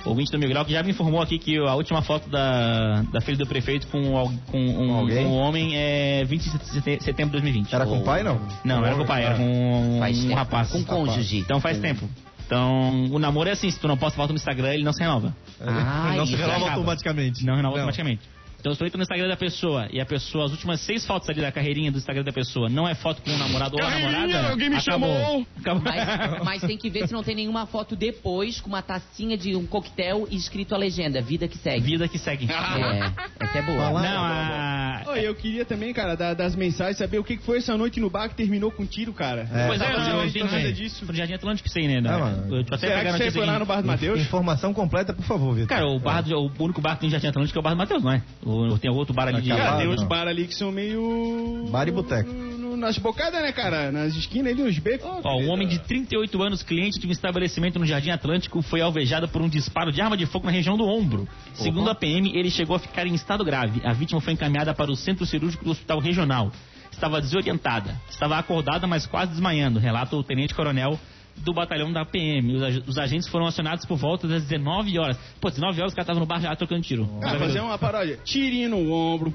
Ouvinte do Mil Grau, que já me informou aqui que a última foto da, da filha do prefeito com, al- com um, alguém? com um homem é 20 de sete- setembro de 2020. Era com o pai, não? é Não, não era com o pai, era com um, Faz um tempo. rapaz. Com cônjuge. Então faz tempo. Então, o namoro é assim, se tu não posta foto no Instagram, ele não se renova. Ah, não se isso. renova acaba. automaticamente. Não renova automaticamente. Então se tu entra no Instagram da pessoa e a pessoa, as últimas seis fotos ali da carreirinha do Instagram da pessoa, não é foto com o namorado ou a Carreirinha, namorada. alguém me acabou. chamou. Acabou. Mas, mas tem que ver se não tem nenhuma foto depois com uma tacinha de um coquetel e escrito a legenda, vida que segue. Vida que segue. É, essa é boa. Fala. Não, a. Oi, eu queria também, cara, da- das mensagens, saber o que que foi essa noite no bar que terminou com tiro, cara. É. Pois é, Tava não, de eu olho, entendi. não nada disso. Pro Jardim Atlântico sei, né? Ah, Eu- Deixa mano. eu até Será pegar a que você notícia foi lá aqui. no bar do [LAUGHS] Mateus? Informação completa, por favor, Vitor. Cara, o, bar do- o único bar que tem em Jardim Atlântico é o bar do Matheus, não é? Ou, ou tem outro bar ali de. Acabado. Cara, tem uns não. bar ali que são meio... Bar e boteco. Não, não, no- nas bocadas, né, cara? Nas esquinas ali, nos becos. Ó, um homem de 38 anos, cliente de um estabelecimento no Jardim Atlântico, foi alvejado por um disparo de arma de fogo na região do ombro. Segundo a PM, ele chegou a ficar em estado grave. A vítima foi encaminhada para o centro cirúrgico do hospital regional. Estava desorientada, estava acordada, mas quase desmaiando, relata o tenente-coronel do batalhão da PM. Os, ag- os agentes foram acionados por volta das 19 horas. Pô, 19 horas o cara tava no bar já trocando tiro. Ah, fazer uma paródia. Tirinho no ombro,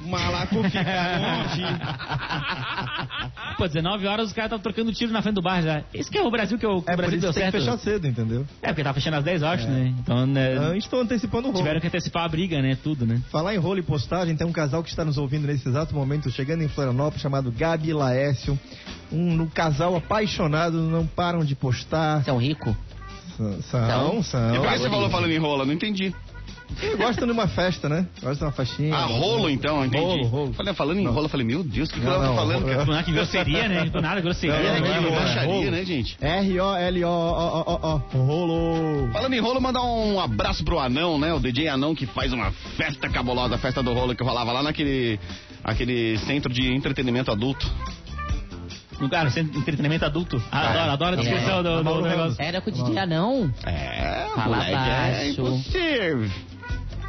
[LAUGHS] malaco fica longe. Ah. Pô, 19 horas os caras estavam trocando tiro na frente do bar já. Esse que é o Brasil que o, que o É por Brasil isso deu que tem que certo. fechar cedo, entendeu? É, porque tava fechando às 10 horas, né? Então, né, Ah, Estou antecipando o rolo. tiveram que antecipar a briga, né? Tudo, né? Falar em rolo e postagem, tem um casal que está nos ouvindo nesse exato momento, chegando em Florianópolis, chamado Gabi e Laércio. Um, um casal apaixonado, não param de postar. São rico? São, são. são. E por que você falou falando em rola? Não entendi. Eles gostam de uma festa, né? Gostam de uma festinha. Ah, rolo então, entendi. Rolo, rolo. Falei, falando em rola, eu falei, meu Deus, o que, que Não, ela tá não, falando, rolo, cara? Do nada que grosseria, né? Do nada grosseria. É, né? que rolo, baixaria, né, gente? R-O-L-O-O-O-O. Rolo. Falando em rolo, mandar um abraço pro Anão, né? O DJ Anão que faz uma festa cabulosa, a festa do rolo que rolava lá naquele aquele centro de entretenimento adulto. No cara, centro de entretenimento adulto. Ah, é. Adoro, adoro a descrição Tá do, do- do né? negócio. Era com o Didi não? É, Fala moleque, é baixo. impossível.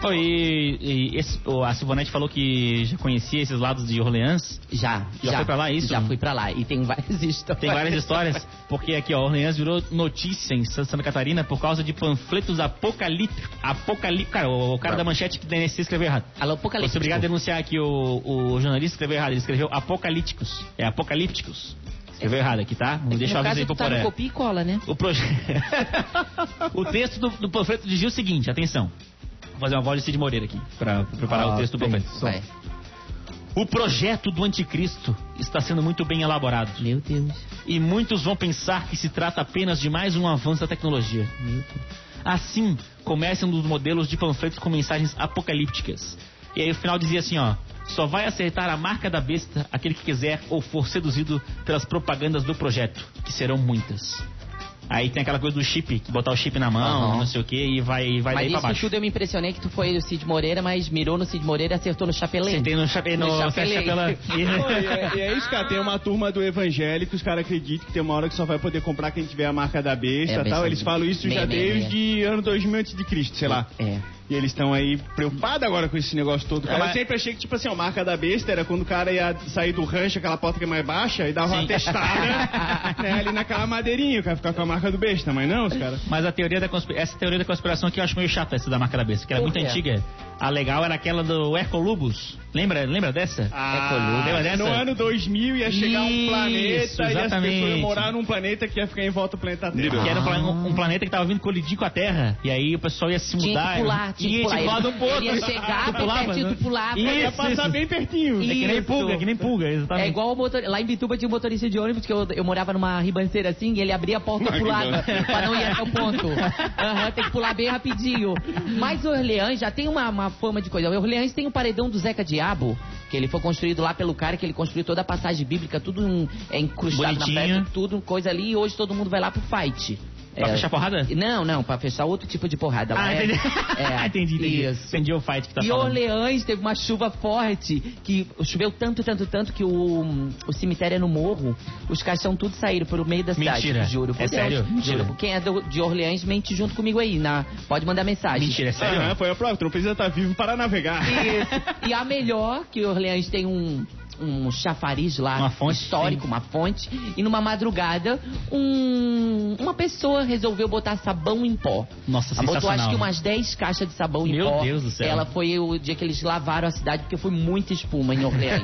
Pô, e, e esse- o- a Silvanete falou que já conhecia esses lados de Orleans. Já. Já foi pra lá, é isso? Já fui pra lá. E tem várias [LAUGHS] histórias. Tem várias histórias, porque aqui, ó, Orleans virou notícia em Sa- Santa Catarina por causa de panfletos apocalípticos. Apocalíptico. Cara, o, o cara da manchete que tem esse escreveu errado. Alô, Eu Apocalipse. sou obrigado a denunciar aqui o, o jornalista escreveu errado. Ele escreveu apocalípticos. É apocalípticos. Escreveu errado aqui, tá? Vou deixar no eu caso, avisar aí pro tu tá no Poré. copia e cola, né? O projeto. [LAUGHS] o texto do, do panfleto dizia é o seguinte, atenção. Vou fazer uma voz de Cid Moreira aqui, pra preparar o texto do panfleto. Vai. O projeto do anticristo está sendo muito bem elaborado. Meu Deus. E muitos vão pensar que se trata apenas de mais um avanço da tecnologia. Assim, começa um dos modelos de panfletos com mensagens apocalípticas. E aí o final dizia assim, ó... Só vai acertar a marca da besta aquele que quiser ou for seduzido pelas propagandas do projeto, que serão muitas. Aí tem aquela coisa do chip, que botar o chip na mão, Aham. não sei o que, e vai, e vai daí pra Mas isso baixo. tudo eu me impressionei né, que tu foi no Cid Moreira, mas mirou no Cid Moreira e acertou no Chapeleiro. Você tem no chapéu... é No No chapelei. [LAUGHS] chapela... Pô, e, é, e é isso, cara. Tem uma turma do evangélico, os caras acreditam que tem uma hora que só vai poder comprar quem tiver a marca da É, a besta e tal. besta- Eles falam isso meia, já meia, desde ano 2000 antes de Cristo, sei lá. É. E eles estão aí preocupados agora com esse negócio todo. cara. mas- Eu sempre achei que, tipo assim, a marca da besta era quando o cara ia sair do rancho, aquela porta que é mais baixa, e dava uma Sim. [LAUGHS] testada né, ali naquela madeirinha, o cara ficar com a marca do besta, mas não, os caras. Mas a teoria da conspi- essa teoria da conspiração aqui eu acho meio chata, essa da marca da besta, que era Por muito quê? antiga. A legal era aquela do Hercolubus. Lembra, lembra dessa? Ah, lembra dessa? Ah, no ano 2000 ia chegar um né, Isso, planeta e as pessoas iam exatamente. morar num planeta que ia ficar em volta do planeta Terra. Que era um plan- um, planeta que tava vindo colidir com a Terra. E aí o pessoal ia se Ah. Tinha mudar. um que pular, tinha que ia pular. se pular do Ele ia chegar Tu bem pulava, pertinho, né? tu pulava. Isso, Ia passar isso. Tá bem pertinho. É que nem Isso. pulga, é que nem pulga, exatamente. É igual o motor... lá em Bituba tinha um motorista de ônibus que eu, eu morava numa ribanceira assim e ele abria a porta pro lado [LAUGHS] pra não ir até o ponto. Aham, tem que pular bem rapidinho. Mas Orleans já tem uma, uma fama de coisa. Orleans tem o paredão do Zeca Diabo, que ele foi construído lá pelo cara que ele construiu toda a passagem bíblica, tudo em- é incrustado na Bonitinho. pedra, tudo coisa ali e hoje todo mundo vai lá pro fight. Pra É. fechar a porrada? Não, não, pra fechar outro tipo de porrada. [LAUGHS] lá Ah, é- entendi. é, entendi, entendi. Isso Entendi o fight que tá e falando. Orleans teve uma chuva forte, que choveu tanto, tanto, tanto que o, o cemitério é no morro, os caixão tudo saíram pelo meio da cidade. Mentira. Juro por É Deus. sério? Juro. Mentira. por- Quem é do- de Orleans, mente junto comigo aí. Na, pode mandar mensagem. Mentira, é sério? Aham, foi a prova, tu não precisa estar vivo para navegar. Isso. E a melhor, que Orleans tem um, um chafariz lá. Uma fonte, Histórico, sim. uma fonte. E numa madrugada, um, uma pessoa resolveu botar sabão em pó. Nossa, Ela botou acho sensacional. que umas 10 caixas de sabão em Meu pó. Deus do céu. Ela foi o dia que eles lavaram a cidade, porque foi muita espuma em [LAUGHS] Orleans.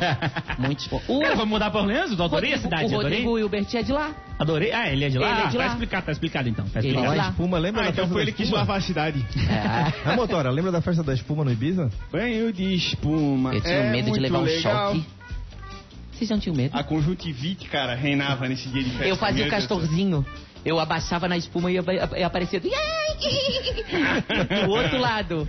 muita espuma. O Cara, vamos mudar pra Orleans? Eu adorei a Rodrigo- cidade, O adorei. Rodrigo Hilbert é de lá. [LAUGHS] Adorei. Ah, ele é de lá? Ele é de Ah, lá. Tá explicado, tá explicado então. Tá Ele é de explicado. Falar lá. em espuma, lembra [LAUGHS] Ah, da então festa foi da ele que quis espuma? lavar a cidade. É. Na motora, lembra da festa da espuma no Ibiza? Banho de espuma. Eu tinha é medo de muito levar um legal. choque. Vocês não tinham medo? A conjuntivite, cara, reinava nesse dia de festa. Eu fazia o Meu Deus. castorzinho. Eu abaixava na espuma e, apa- e aparecia [LAUGHS] do... do outro lado.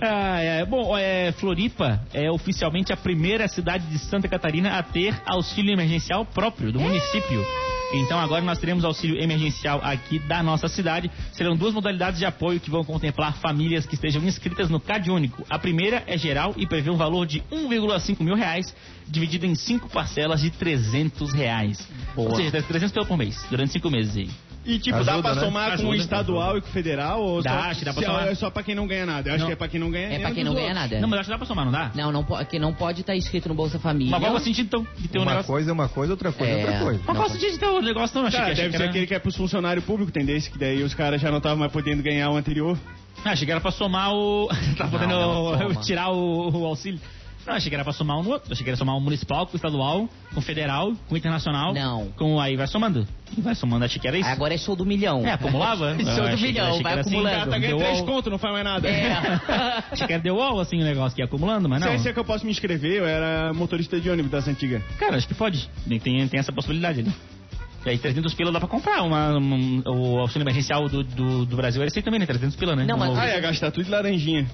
Ah, é. Bom, é, Floripa é oficialmente a primeira cidade de Santa Catarina a ter auxílio emergencial próprio do município. Então agora nós teremos auxílio emergencial aqui da nossa cidade. Serão duas modalidades de apoio que vão contemplar famílias que estejam inscritas no CAD Único. A primeira é geral e prevê um valor de 1,5 mil reais, dividido em cinco parcelas de 300 reais. Ou seja, 300 pelo por mês, durante cinco meses aí. E tipo, dá Ajuda, pra né? somar com o Ajuda. estadual e com o federal? Ou Dá, só, acho que dá pra se- somar. É só pra quem não ganha nada. Eu acho Não. que é pra quem não ganha É pra menos quem não dos ganha outros. nada. Não, mas acho que dá pra somar, não dá? Não, não, po- que não pode estar inscrito no Bolsa Família. Mas qual é o sentido então de ter um Uma negócio? coisa é uma coisa, outra coisa é outra É. coisa. Mas qual é o sentido de ter um negócio não? Achei que- Cara, achei deve que ser era- aquele que é pros funcionários públicos, tem desse que daí os caras já não estavam mais podendo ganhar o anterior. Ah, achei que era pra somar o. [LAUGHS] tá podendo não, eu soma. [LAUGHS] tirar o, o auxílio. Não, achei que era pra somar um no outro. Achei que era somar o municipal com o estadual, com o federal, com o internacional. Não. Com aí vai somando. Vai somando, achei que era isso. Agora é show do milhão. É, [LAUGHS] acumulava? Show Eu do achei que- milhão, achei que vai era assim, acumulando. cara, Tá ganhando deu três all- conto, não faz mais nada. É. [LAUGHS] [LAUGHS] Achei que era deu all, assim, o negócio que ia acumulando, mas Não não. sei se é que eu posso me inscrever, eu era motorista de ônibus das antigas. Cara, acho que pode. Tem, tem essa possibilidade ali. E aí 300 pila dá pra comprar. Uma, um- o auxílio emergencial do, do, do Brasil era esse aí também, né? 300 pila, né? Não, Um mas- novo. Ah, ia gastar tudo de laranjinha.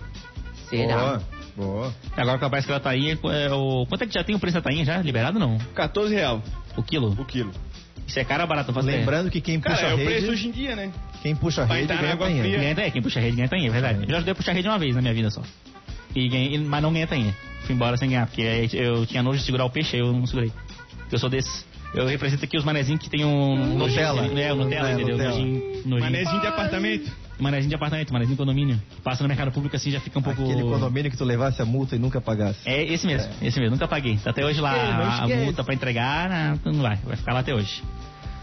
Será? Boa, boa. Agora que parece que ela tá aí, é, o... quanto é que já tem o preço da tainha já? Liberado ou não? 14 real O quilo? o quilo. Isso é caro ou barato? Não faço ideia. Lembrando que quem puxa Cara, é o preço rede, hoje em dia, né? quem puxa Vai rede entrar na ganha água tainha. fria. Ganha tainha, quem puxa rede ganha tainha, é verdade. Eu já ajudei a puxar rede uma vez na minha vida só. E ganhei, mas não ganhei tainha. Fui embora sem ganhar, porque aí eu tinha nojo de segurar o peixe, aí eu não segurei. Eu sou desse. Eu represento aqui os manezinhos que tem um... Nutella. nojinho, É, o Nutella, É, entendeu? Nutella. Nojinho, nojinho. Manezinho de apartamento. Manezinho de apartamento, manezinho de condomínio. Passa no mercado público assim, já fica um pouco... Aquele condomínio que tu levasse a multa e nunca pagasse. É esse mesmo, esse mesmo. Nunca paguei. Tá até hoje lá Ei, não a- a esquece. multa pra entregar, na- não vai. Vai ficar lá até hoje.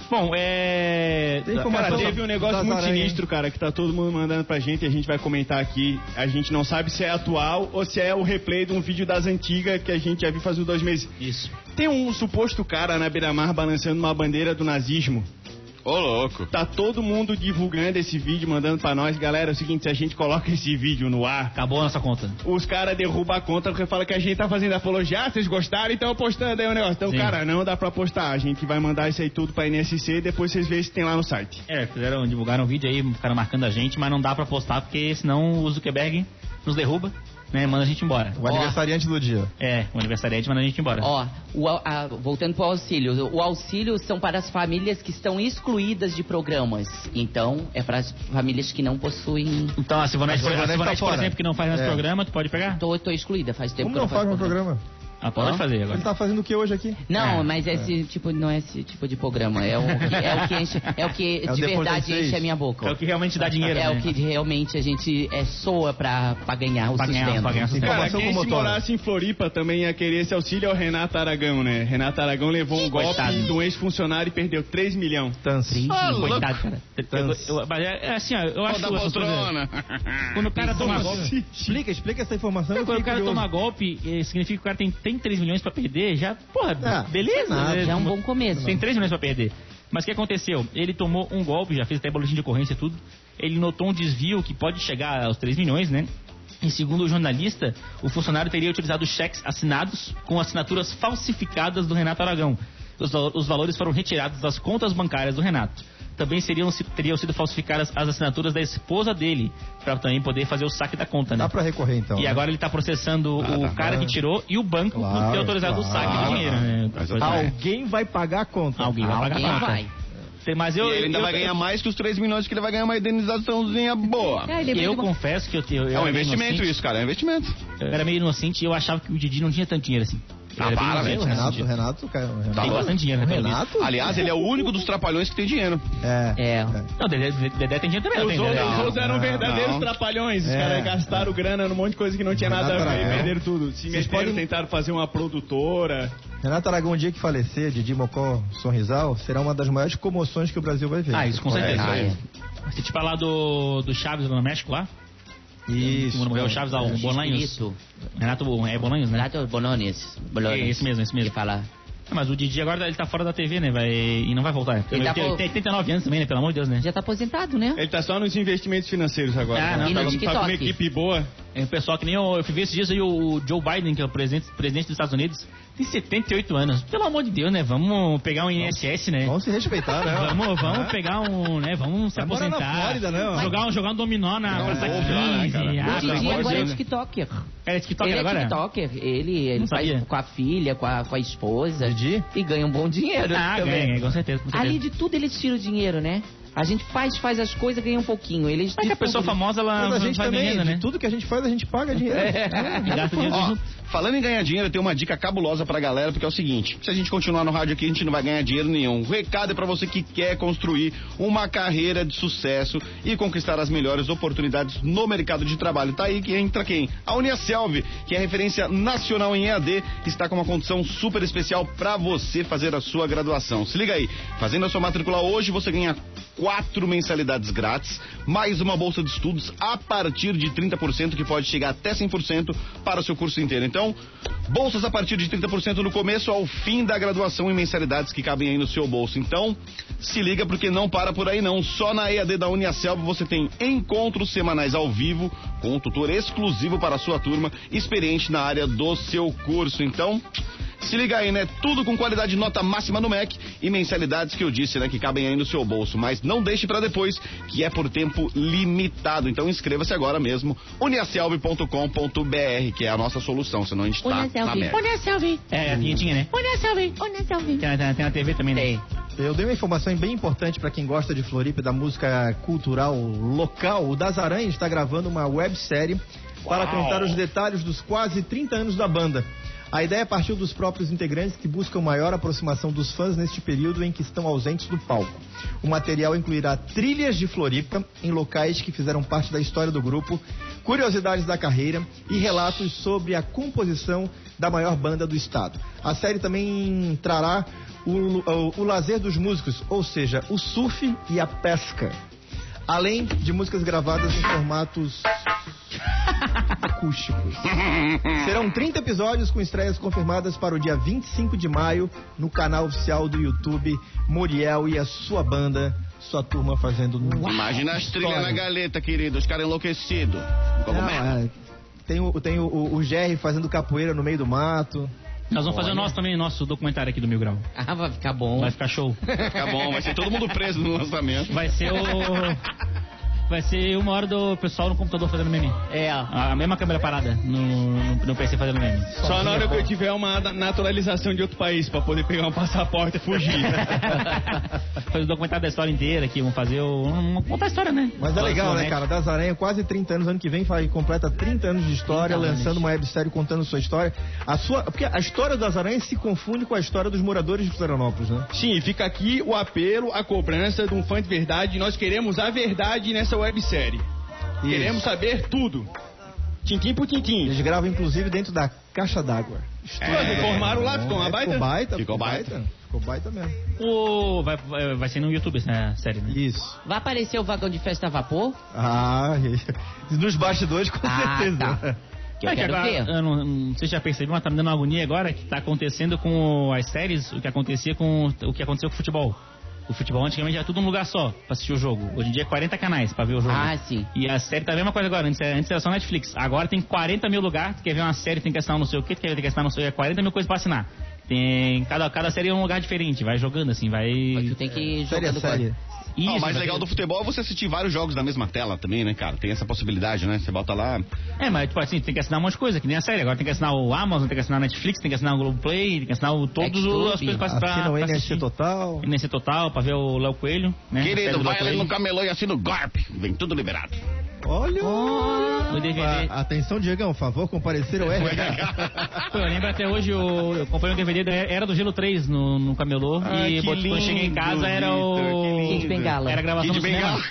Bom, é... Tem como- Cara, Informação teve um das negócio muito aranhas. sinistro, cara, que tá todo mundo mandando pra gente e a gente vai comentar aqui. A gente não sabe se é atual ou se é o replay de um vídeo das antigas que a gente já viu faz uns dois meses. Isso. Tem um suposto cara na beira-mar balançando uma bandeira do nazismo. Ô, louco. Tá todo mundo divulgando esse vídeo, mandando pra nós. Galera, é o seguinte, se a gente coloca esse vídeo no ar, Acabou a nossa conta. os caras derrubam a conta porque fala que a gente tá fazendo apologia. Ah, vocês gostaram, então postando aí o negócio. Então, Sim. cara, não dá pra postar. A gente vai mandar isso aí tudo pra NSC e depois vocês veem se tem lá no site. É, fizeram, divulgaram o vídeo aí, ficaram marcando a gente, mas não dá pra postar porque senão o Zuckerberg nos derruba, né? Manda a gente embora. O aniversariante do dia. É, o aniversariante manda a gente embora. Ó, o au- a- voltando pro auxílio, o auxílio são para as famílias que estão excluídas de programas. Então, é para as famílias que não possuem. Então, a Silvanete, A Silvanete a Silvanete, tá por fora. exemplo, que não faz mais É. programa, tu pode pegar? Tô, tô excluída, faz tempo Como que eu não faz um faço meu programa? Ah, pode Hã? fazer agora. Ele tá fazendo o que hoje aqui? Não, É, mas esse tipo não é esse tipo de programa. É o que, é o que enche, é o que É o de depois das verdade seis. enche a minha boca. É o que realmente dá dinheiro, É né? o que realmente a gente é, soa pra, pra ganhar o Pra ganhar- sustento. pra ganhar sustento. Cara, Informação quem com se motora. morasse em Floripa também ia querer esse auxílio é o Renato Aragão, né? Renato Aragão levou um golpe coitado. de um ex-funcionário e perdeu 3 milhões. Tanse. Coitado, cara. Tá Eu- eu- mas é é assim, ó, eu acho da essas coisas- poltrona. Quando o cara toma golpe, Explica, explica essa informação. eu quando o fiquei cara curioso. toma golpe, eh, significa que o cara tem, tem 3 milhões pra perder, já, porra, Ah, beleza. nada, né? Já é um bom começo. Tem 3 milhões pra perder. Mas o que aconteceu? Ele tomou um golpe, já fez até boletim de ocorrência e tudo. Ele notou um desvio que pode chegar aos 3 milhões, né? E segundo o jornalista, o funcionário teria utilizado cheques assinados com assinaturas falsificadas do Renato Aragão. Os, val- os valores foram retirados das contas bancárias do Renato. Também seriam, se- teriam sido falsificadas as assinaturas da esposa dele, pra também poder fazer o saque da conta, né? Dá pra recorrer então. E né? agora ele tá processando o cara que tirou e o banco por Claro, ter autorizado o claro. saque do dinheiro, né? Mas Pois é. Alguém vai pagar a conta. Alguém vai pagar Alguém a vai. conta. Tem- Mas eu, E ele ainda eu, vai ganhar mais que os 3 milhões, que ele vai ganhar uma indenizaçãozinha boa. Ah, ele é eu, eu muito bom. confesso que eu, eu, É um eu era meio investimento inocente. isso, cara. É um investimento. Eu era meio inocente e eu achava que o Didi não tinha tanto dinheiro assim. Eu Ah, era bem para, inocente velho. O nesse Renato, o sentido. Renato, cara. o Renato. Tem bastante dinheiro, né? O pelo visto. Renato? Aliás, ele é o único dos trapalhões que tem dinheiro. É. É. Não, Dedé, Dedé tem dinheiro também. não Os tem, outros, Dedé? os outros eram Tá não, verdadeiros não. trapalhões. Os É. caras gastaram grana num monte de coisa que não tinha nada a Renato ver e Aragão. perderam tudo. Se Vocês meteram, podem- tentaram fazer uma produtora. Renato Aragão, o dia que falecer, Didi Mocó Sorrisal, será uma das maiores comoções que o Brasil vai ver. Ah, isso com Pode- certeza. Ah, é. Mas Se te falar do, do Chaves lá no México, lá, Isso. quando morreu o Chaves, um lá, o Bolanhos. Isso. Renato é Bolanhos, né? Renato Bonones. Bonones. É, esse mesmo, esse mesmo. Que fala. Ah, Mas o Didi agora ele tá fora da TV, né? Vai, e não vai voltar. né? Ele Ele tá tem fo- 89 anos também, né? Pelo amor de Deus, né? Já tá aposentado, né? Ele tá só nos investimentos financeiros agora. É, Ah, Tá- não, tá, e no tá com uma TikTok. equipe boa. É um pessoal que nem eu, eu vi esses dias aí o Joe Biden, que é o presidente, presidente dos Estados Unidos, tem 78 anos. Pelo amor de Deus, né? Vamos pegar um INSS, né? Vamos se respeitar, né? Vamos, vamos pegar um, né? Vamos se Vai morar aposentar. na Flórida, né? Jogar um, jogar um dominó na Praça golfe lá, né, 15. cara? ah, pelo Hoje em dia amor de agora é Deus. TikToker. É TikTok ele agora? é TikToker, ele, ele Não sabia. faz com a filha, com a, com a esposa. Entendi. E ganha um bom dinheiro Ah, também. ganha, com certeza. Com certeza. Ali de tudo eles tiram dinheiro, né? A gente faz, faz as coisas, ganha um pouquinho. Eles É que de a pessoa tudo, né? famosa, ela Mas a gente vai também, é ganhando, de né? É. tudo que a gente faz, a gente paga dinheiro. E gasta dinheiro Ó, junto. falando em ganhar dinheiro, tem uma dica cabulosa pra galera, porque é o seguinte: se a gente continuar no rádio aqui, a gente não vai ganhar dinheiro nenhum. O recado é pra você que quer construir uma carreira de sucesso e conquistar as melhores oportunidades no mercado de trabalho. Tá aí que entra quem? A Uniaselv, que é referência nacional em EAD, está com uma condição super especial pra você fazer a sua graduação. Se liga aí, fazendo a sua matrícula hoje, você ganha quatro mensalidades grátis, mais uma bolsa de estudos a partir de 30%, que pode chegar até 100% para o seu curso inteiro. Então, bolsas a partir de 30% no começo ao fim da graduação e mensalidades que cabem aí no seu bolso. Então, se liga porque não para por aí não. Só na EAD da Uniaselv você tem encontros semanais ao vivo com um tutor exclusivo para a sua turma experiente na área do seu curso. Então, se liga aí, né? Tudo com qualidade de nota máxima no MEC e mensalidades que eu disse, né? Que cabem aí no seu bolso. Mas não deixe pra depois, que é por tempo limitado. Então inscreva-se agora mesmo. uniaselv.com.br, que é a nossa solução, senão a gente tá na merda. É, a vinhetinha, né? Olha a selfie, olha a selfie. Tem, tem, tem na TV também, né? Tem. Eu dei uma informação bem importante para quem gosta de Floripa e da música cultural local. O Das Aranhas está gravando uma websérie para contar os detalhes dos quase 30 anos da banda. A ideia partiu dos próprios integrantes que buscam maior aproximação dos fãs neste período em que estão ausentes do palco. O material incluirá trilhas de Floripa em locais que fizeram parte da história do grupo, curiosidades da carreira e relatos sobre a composição da maior banda do estado. A série também trará o, o- o lazer dos músicos, ou seja, o surf e a pesca. Além de músicas gravadas em formatos acústicos. Serão 30 episódios com estreias confirmadas para o dia 25 de maio no canal oficial do YouTube Muriel e a sua banda, sua turma fazendo Imagina as trilhas na História. galeta, querido. Os caras enlouquecidos. Um Como Não, é, tem o, tem o, o, o Jerry fazendo capoeira no meio do mato. Nós vamos fazer o nosso também, nosso documentário aqui do Mil Grau. Ah, vai ficar bom. Vai ficar show. Tá bom, vai ser todo mundo preso no [LAUGHS] lançamento. Vai ser o... Vai ser uma hora do pessoal no computador fazendo meme. É, A mesma câmera parada no, no, no PC fazendo meme. Só na hora que eu tiver uma na- naturalização de outro país pra poder pegar um [LAUGHS] passaporte e fugir. Fazer o documentário da história inteira aqui, vamos fazer o... Vamos contar a história, né? Mas é legal, né, cara? Das Aranha, quase 30 anos, ano que vem faz, completa 30 anos de 30 história, anos. lançando uma websérie contando sua história. A sua, porque a história das aranhas se confunde com a história dos moradores de Florianópolis, né? Sim, e fica aqui o apelo, a cobrança de um fã de verdade. Nós queremos a verdade nessa websérie. Queremos saber tudo. Tintim por tintim. Eles gravam, inclusive, dentro da caixa d'água. É, formaram lá, ficou uma É, baita. Ficou baita. Ficou baita. Ficou baita mesmo. O... Vai, vai- vai ser no YouTube essa série, né? Isso. vai aparecer o vagão de festa a vapor? Ah, [LAUGHS] nos bastidores, com Ah, [LAUGHS] certeza. tá. Que eu É que quero agora, ver. eu não, não sei se já percebeu, mas tá me dando uma agonia agora que tá acontecendo com as séries, o que acontecia com o que aconteceu com o futebol. O futebol antigamente era tudo um lugar só pra assistir o jogo. Hoje em dia é 40 canais pra ver o jogo. Ah, sim. E a série tá a mesma coisa agora. Antes, era- antes era só Netflix. Agora tem 40 mil lugares. Tu quer ver uma série, tem que assinar um não sei o que, tu quer ver, tem que assinar não sei o que. 40 mil coisas pra assinar. Tem, cada, cada série é um lugar diferente. Vai jogando assim, vai... Mas tu tem que ir Séria, jogando séria. Ah, o mais vai- legal do futebol é você assistir vários jogos na mesma tela também, né, cara? Tem essa possibilidade, né? Você bota lá. É, mas tipo assim, tem que assinar um monte de coisa, que nem a série. Agora tem que assinar o Amazon, tem que assinar a Netflix, tem que assinar o Globoplay, tem que assinar o, todos os- as Xtube. coisas pra, pra, Assina o pra NSC assistir. Total. NC Total, pra ver o Léo Coelho, né? Série Querido, do vai Léo ali no Coelho. camelô e assina o golpe. Vem tudo liberado. Olha O DVD. Ah, Atenção, Diegão, favor, comparecer [LAUGHS] ao RH. Pô, eu lembro até hoje, eu, eu comprei um DVD, da Era do Gelo 3 no, no camelô. Ah, e que bot- quando eu cheguei em lindo, casa era Vitor, o... que Kid Bengala. Era a gravação Kid do cinema. Bengala.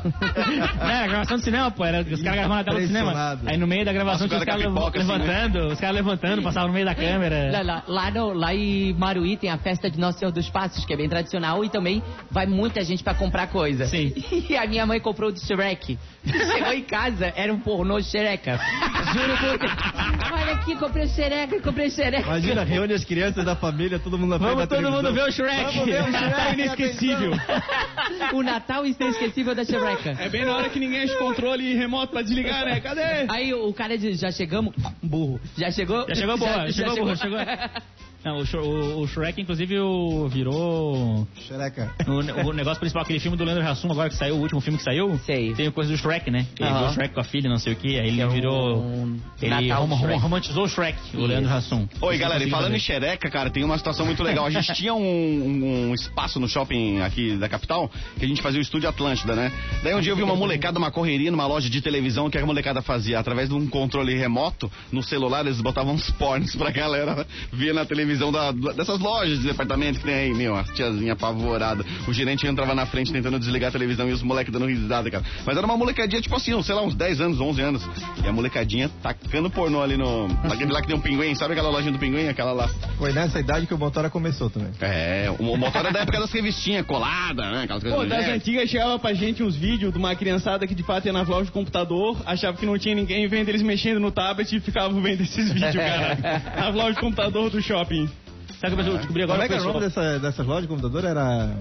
[LAUGHS] Não, era a gravação do cinema, pô. Era, os caras gravando na tela do cinema. Impressionado. Aí no meio da gravação Nossa, o tinha os cara caras com a pipoca, assim, levantando, os caras levantando, passavam no meio da Lá, [LAUGHS] câmera. lá, lá no- lá em Maruí tem a festa de Nosso Senhor dos Passos, que é bem tradicional, e também vai muita gente pra comprar coisa. Sim. [LAUGHS] E a minha mãe comprou o de [LAUGHS] Shrek. Chegou em casa, era um pornô xereca. Juro por Deus. Olha aqui, comprei o xereca, comprei o xereca. Imagina, reúne as crianças da família, todo mundo na frente Vamos da todo mundo ver o Shrek. Vamos ver o [LAUGHS] Shrek, Tá inesquecível. O Natal inesquecível da Xereca. É bem na hora que ninguém acha o controle remoto pra desligar, né? Cadê? Aí o cara diz, já chegamos, burro. Já chegou? Já chegou boa, chegou boa, chegou. Não, o, Sh- o- o Shrek, inclusive, o- virou Xereca. o, o negócio principal, aquele filme do Leandro Hassum, agora que saiu, o último filme que saiu. Sei. Tem coisa do Shrek, né? Ele Aham. virou Shrek com a filha, não sei o que. Aí ele é um- virou. um Ele Natal rom- do Shrek. romantizou o Shrek, o Leandro Hassum. Oi, Isso galera, eu e consegui falando em fazer. xereca, cara, tem uma situação muito legal. A gente tinha um, um- um espaço no shopping aqui da capital que a gente fazia o estúdio Atlântida, né? Daí um dia eu vi uma molecada, uma correria numa loja de televisão, o que a molecada fazia? Através de um controle remoto no celular, eles botavam uns pornes pra galera né? ver na televisão da- da- dessas lojas de departamento que tem aí, meu, a tiazinha apavorada. O gerente entrava na frente tentando desligar a televisão e os moleques dando risada, cara. Mas era uma molecadinha, tipo assim, sei lá, uns 10 anos, 11 anos. E a molecadinha tacando pornô ali no. Aquele lá que tem um pinguim, sabe aquela lojinha do pinguim? Aquela lá. Foi nessa idade que o Motora começou também. É, o motor é da época das revistinhas colada, né? Aquelas coisas. Pô, das né? antigas chegava pra gente uns vídeos de uma criançada que de fato ia na loja de computador, achava que não tinha ninguém, vendo eles mexendo no tablet e ficavam vendo esses vídeos, cara. na loja de computador do shopping. Sabe o que eu descobri agora? Como é que era o pessoal? nome dessa, dessas lojas de computador? Era.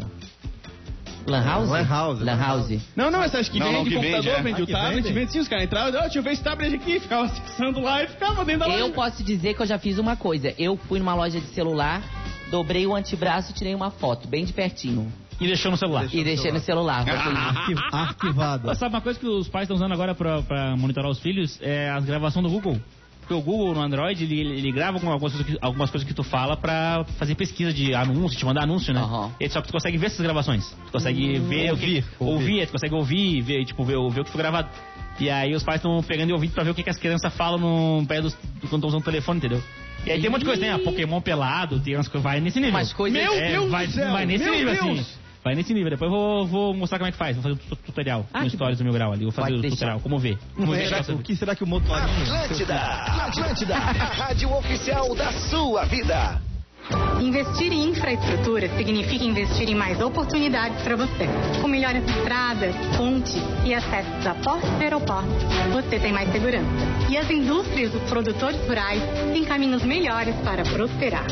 Lan House? Lan House. Lan House. Não, não, essas que Não, não, vendem que vende, computador, é. vende Ah, o que tablet, vende? vende sim, os caras entravam, ó, deixa eu ver esse tablet aqui, ficava [LAUGHS] acessando lá e ficava dentro da Então, loja. Eu posso dizer que eu já fiz uma coisa. Eu fui numa loja de celular, dobrei o antebraço e tirei uma foto, bem de pertinho. E deixou no celular. e deixei no celular. Ah. Arquiv- Arquivada. Sabe uma coisa que os pais estão usando agora pra, pra monitorar os filhos? É a gravação do Google. Porque o Google no Android, ele, ele grava com algumas, coisas que- algumas coisas que tu fala pra fazer pesquisa de anúncio, te mandar anúncio, né? Aham. E só que tu consegue ver essas gravações. Tu consegue ver ouvir, o que, ouvir. tu consegue ouvir, ver, tipo, ver, o- ver o que foi gravado. E aí os pais estão pegando e ouvindo pra ver o que, que as crianças falam no pé dos, quando estão usando o telefone, entendeu? E aí tem um monte de coisa, tem a Pokémon pelado, tem umas coisas, vai nesse nível. Umas coisas- Meu é, Deus do vai, céu, vai nesse meu nível, Deus. assim. Vai nesse nível, depois eu vou, vou mostrar como é que faz. Vou fazer um tu- tutorial Ah, no que Stories do Mil Grau ali. Vou fazer Pode o deixar. tutorial, como ver. Como ver Será que- essa- o que será que o Ah, Motorinho. Atlântida, Atlântida, a rádio oficial da sua vida. Investir em infraestrutura significa investir em mais oportunidades para você. Com melhores estradas, pontes e acessos a portos e aeroportos, você tem mais segurança. E as indústrias dos produtores rurais têm caminhos melhores para prosperar.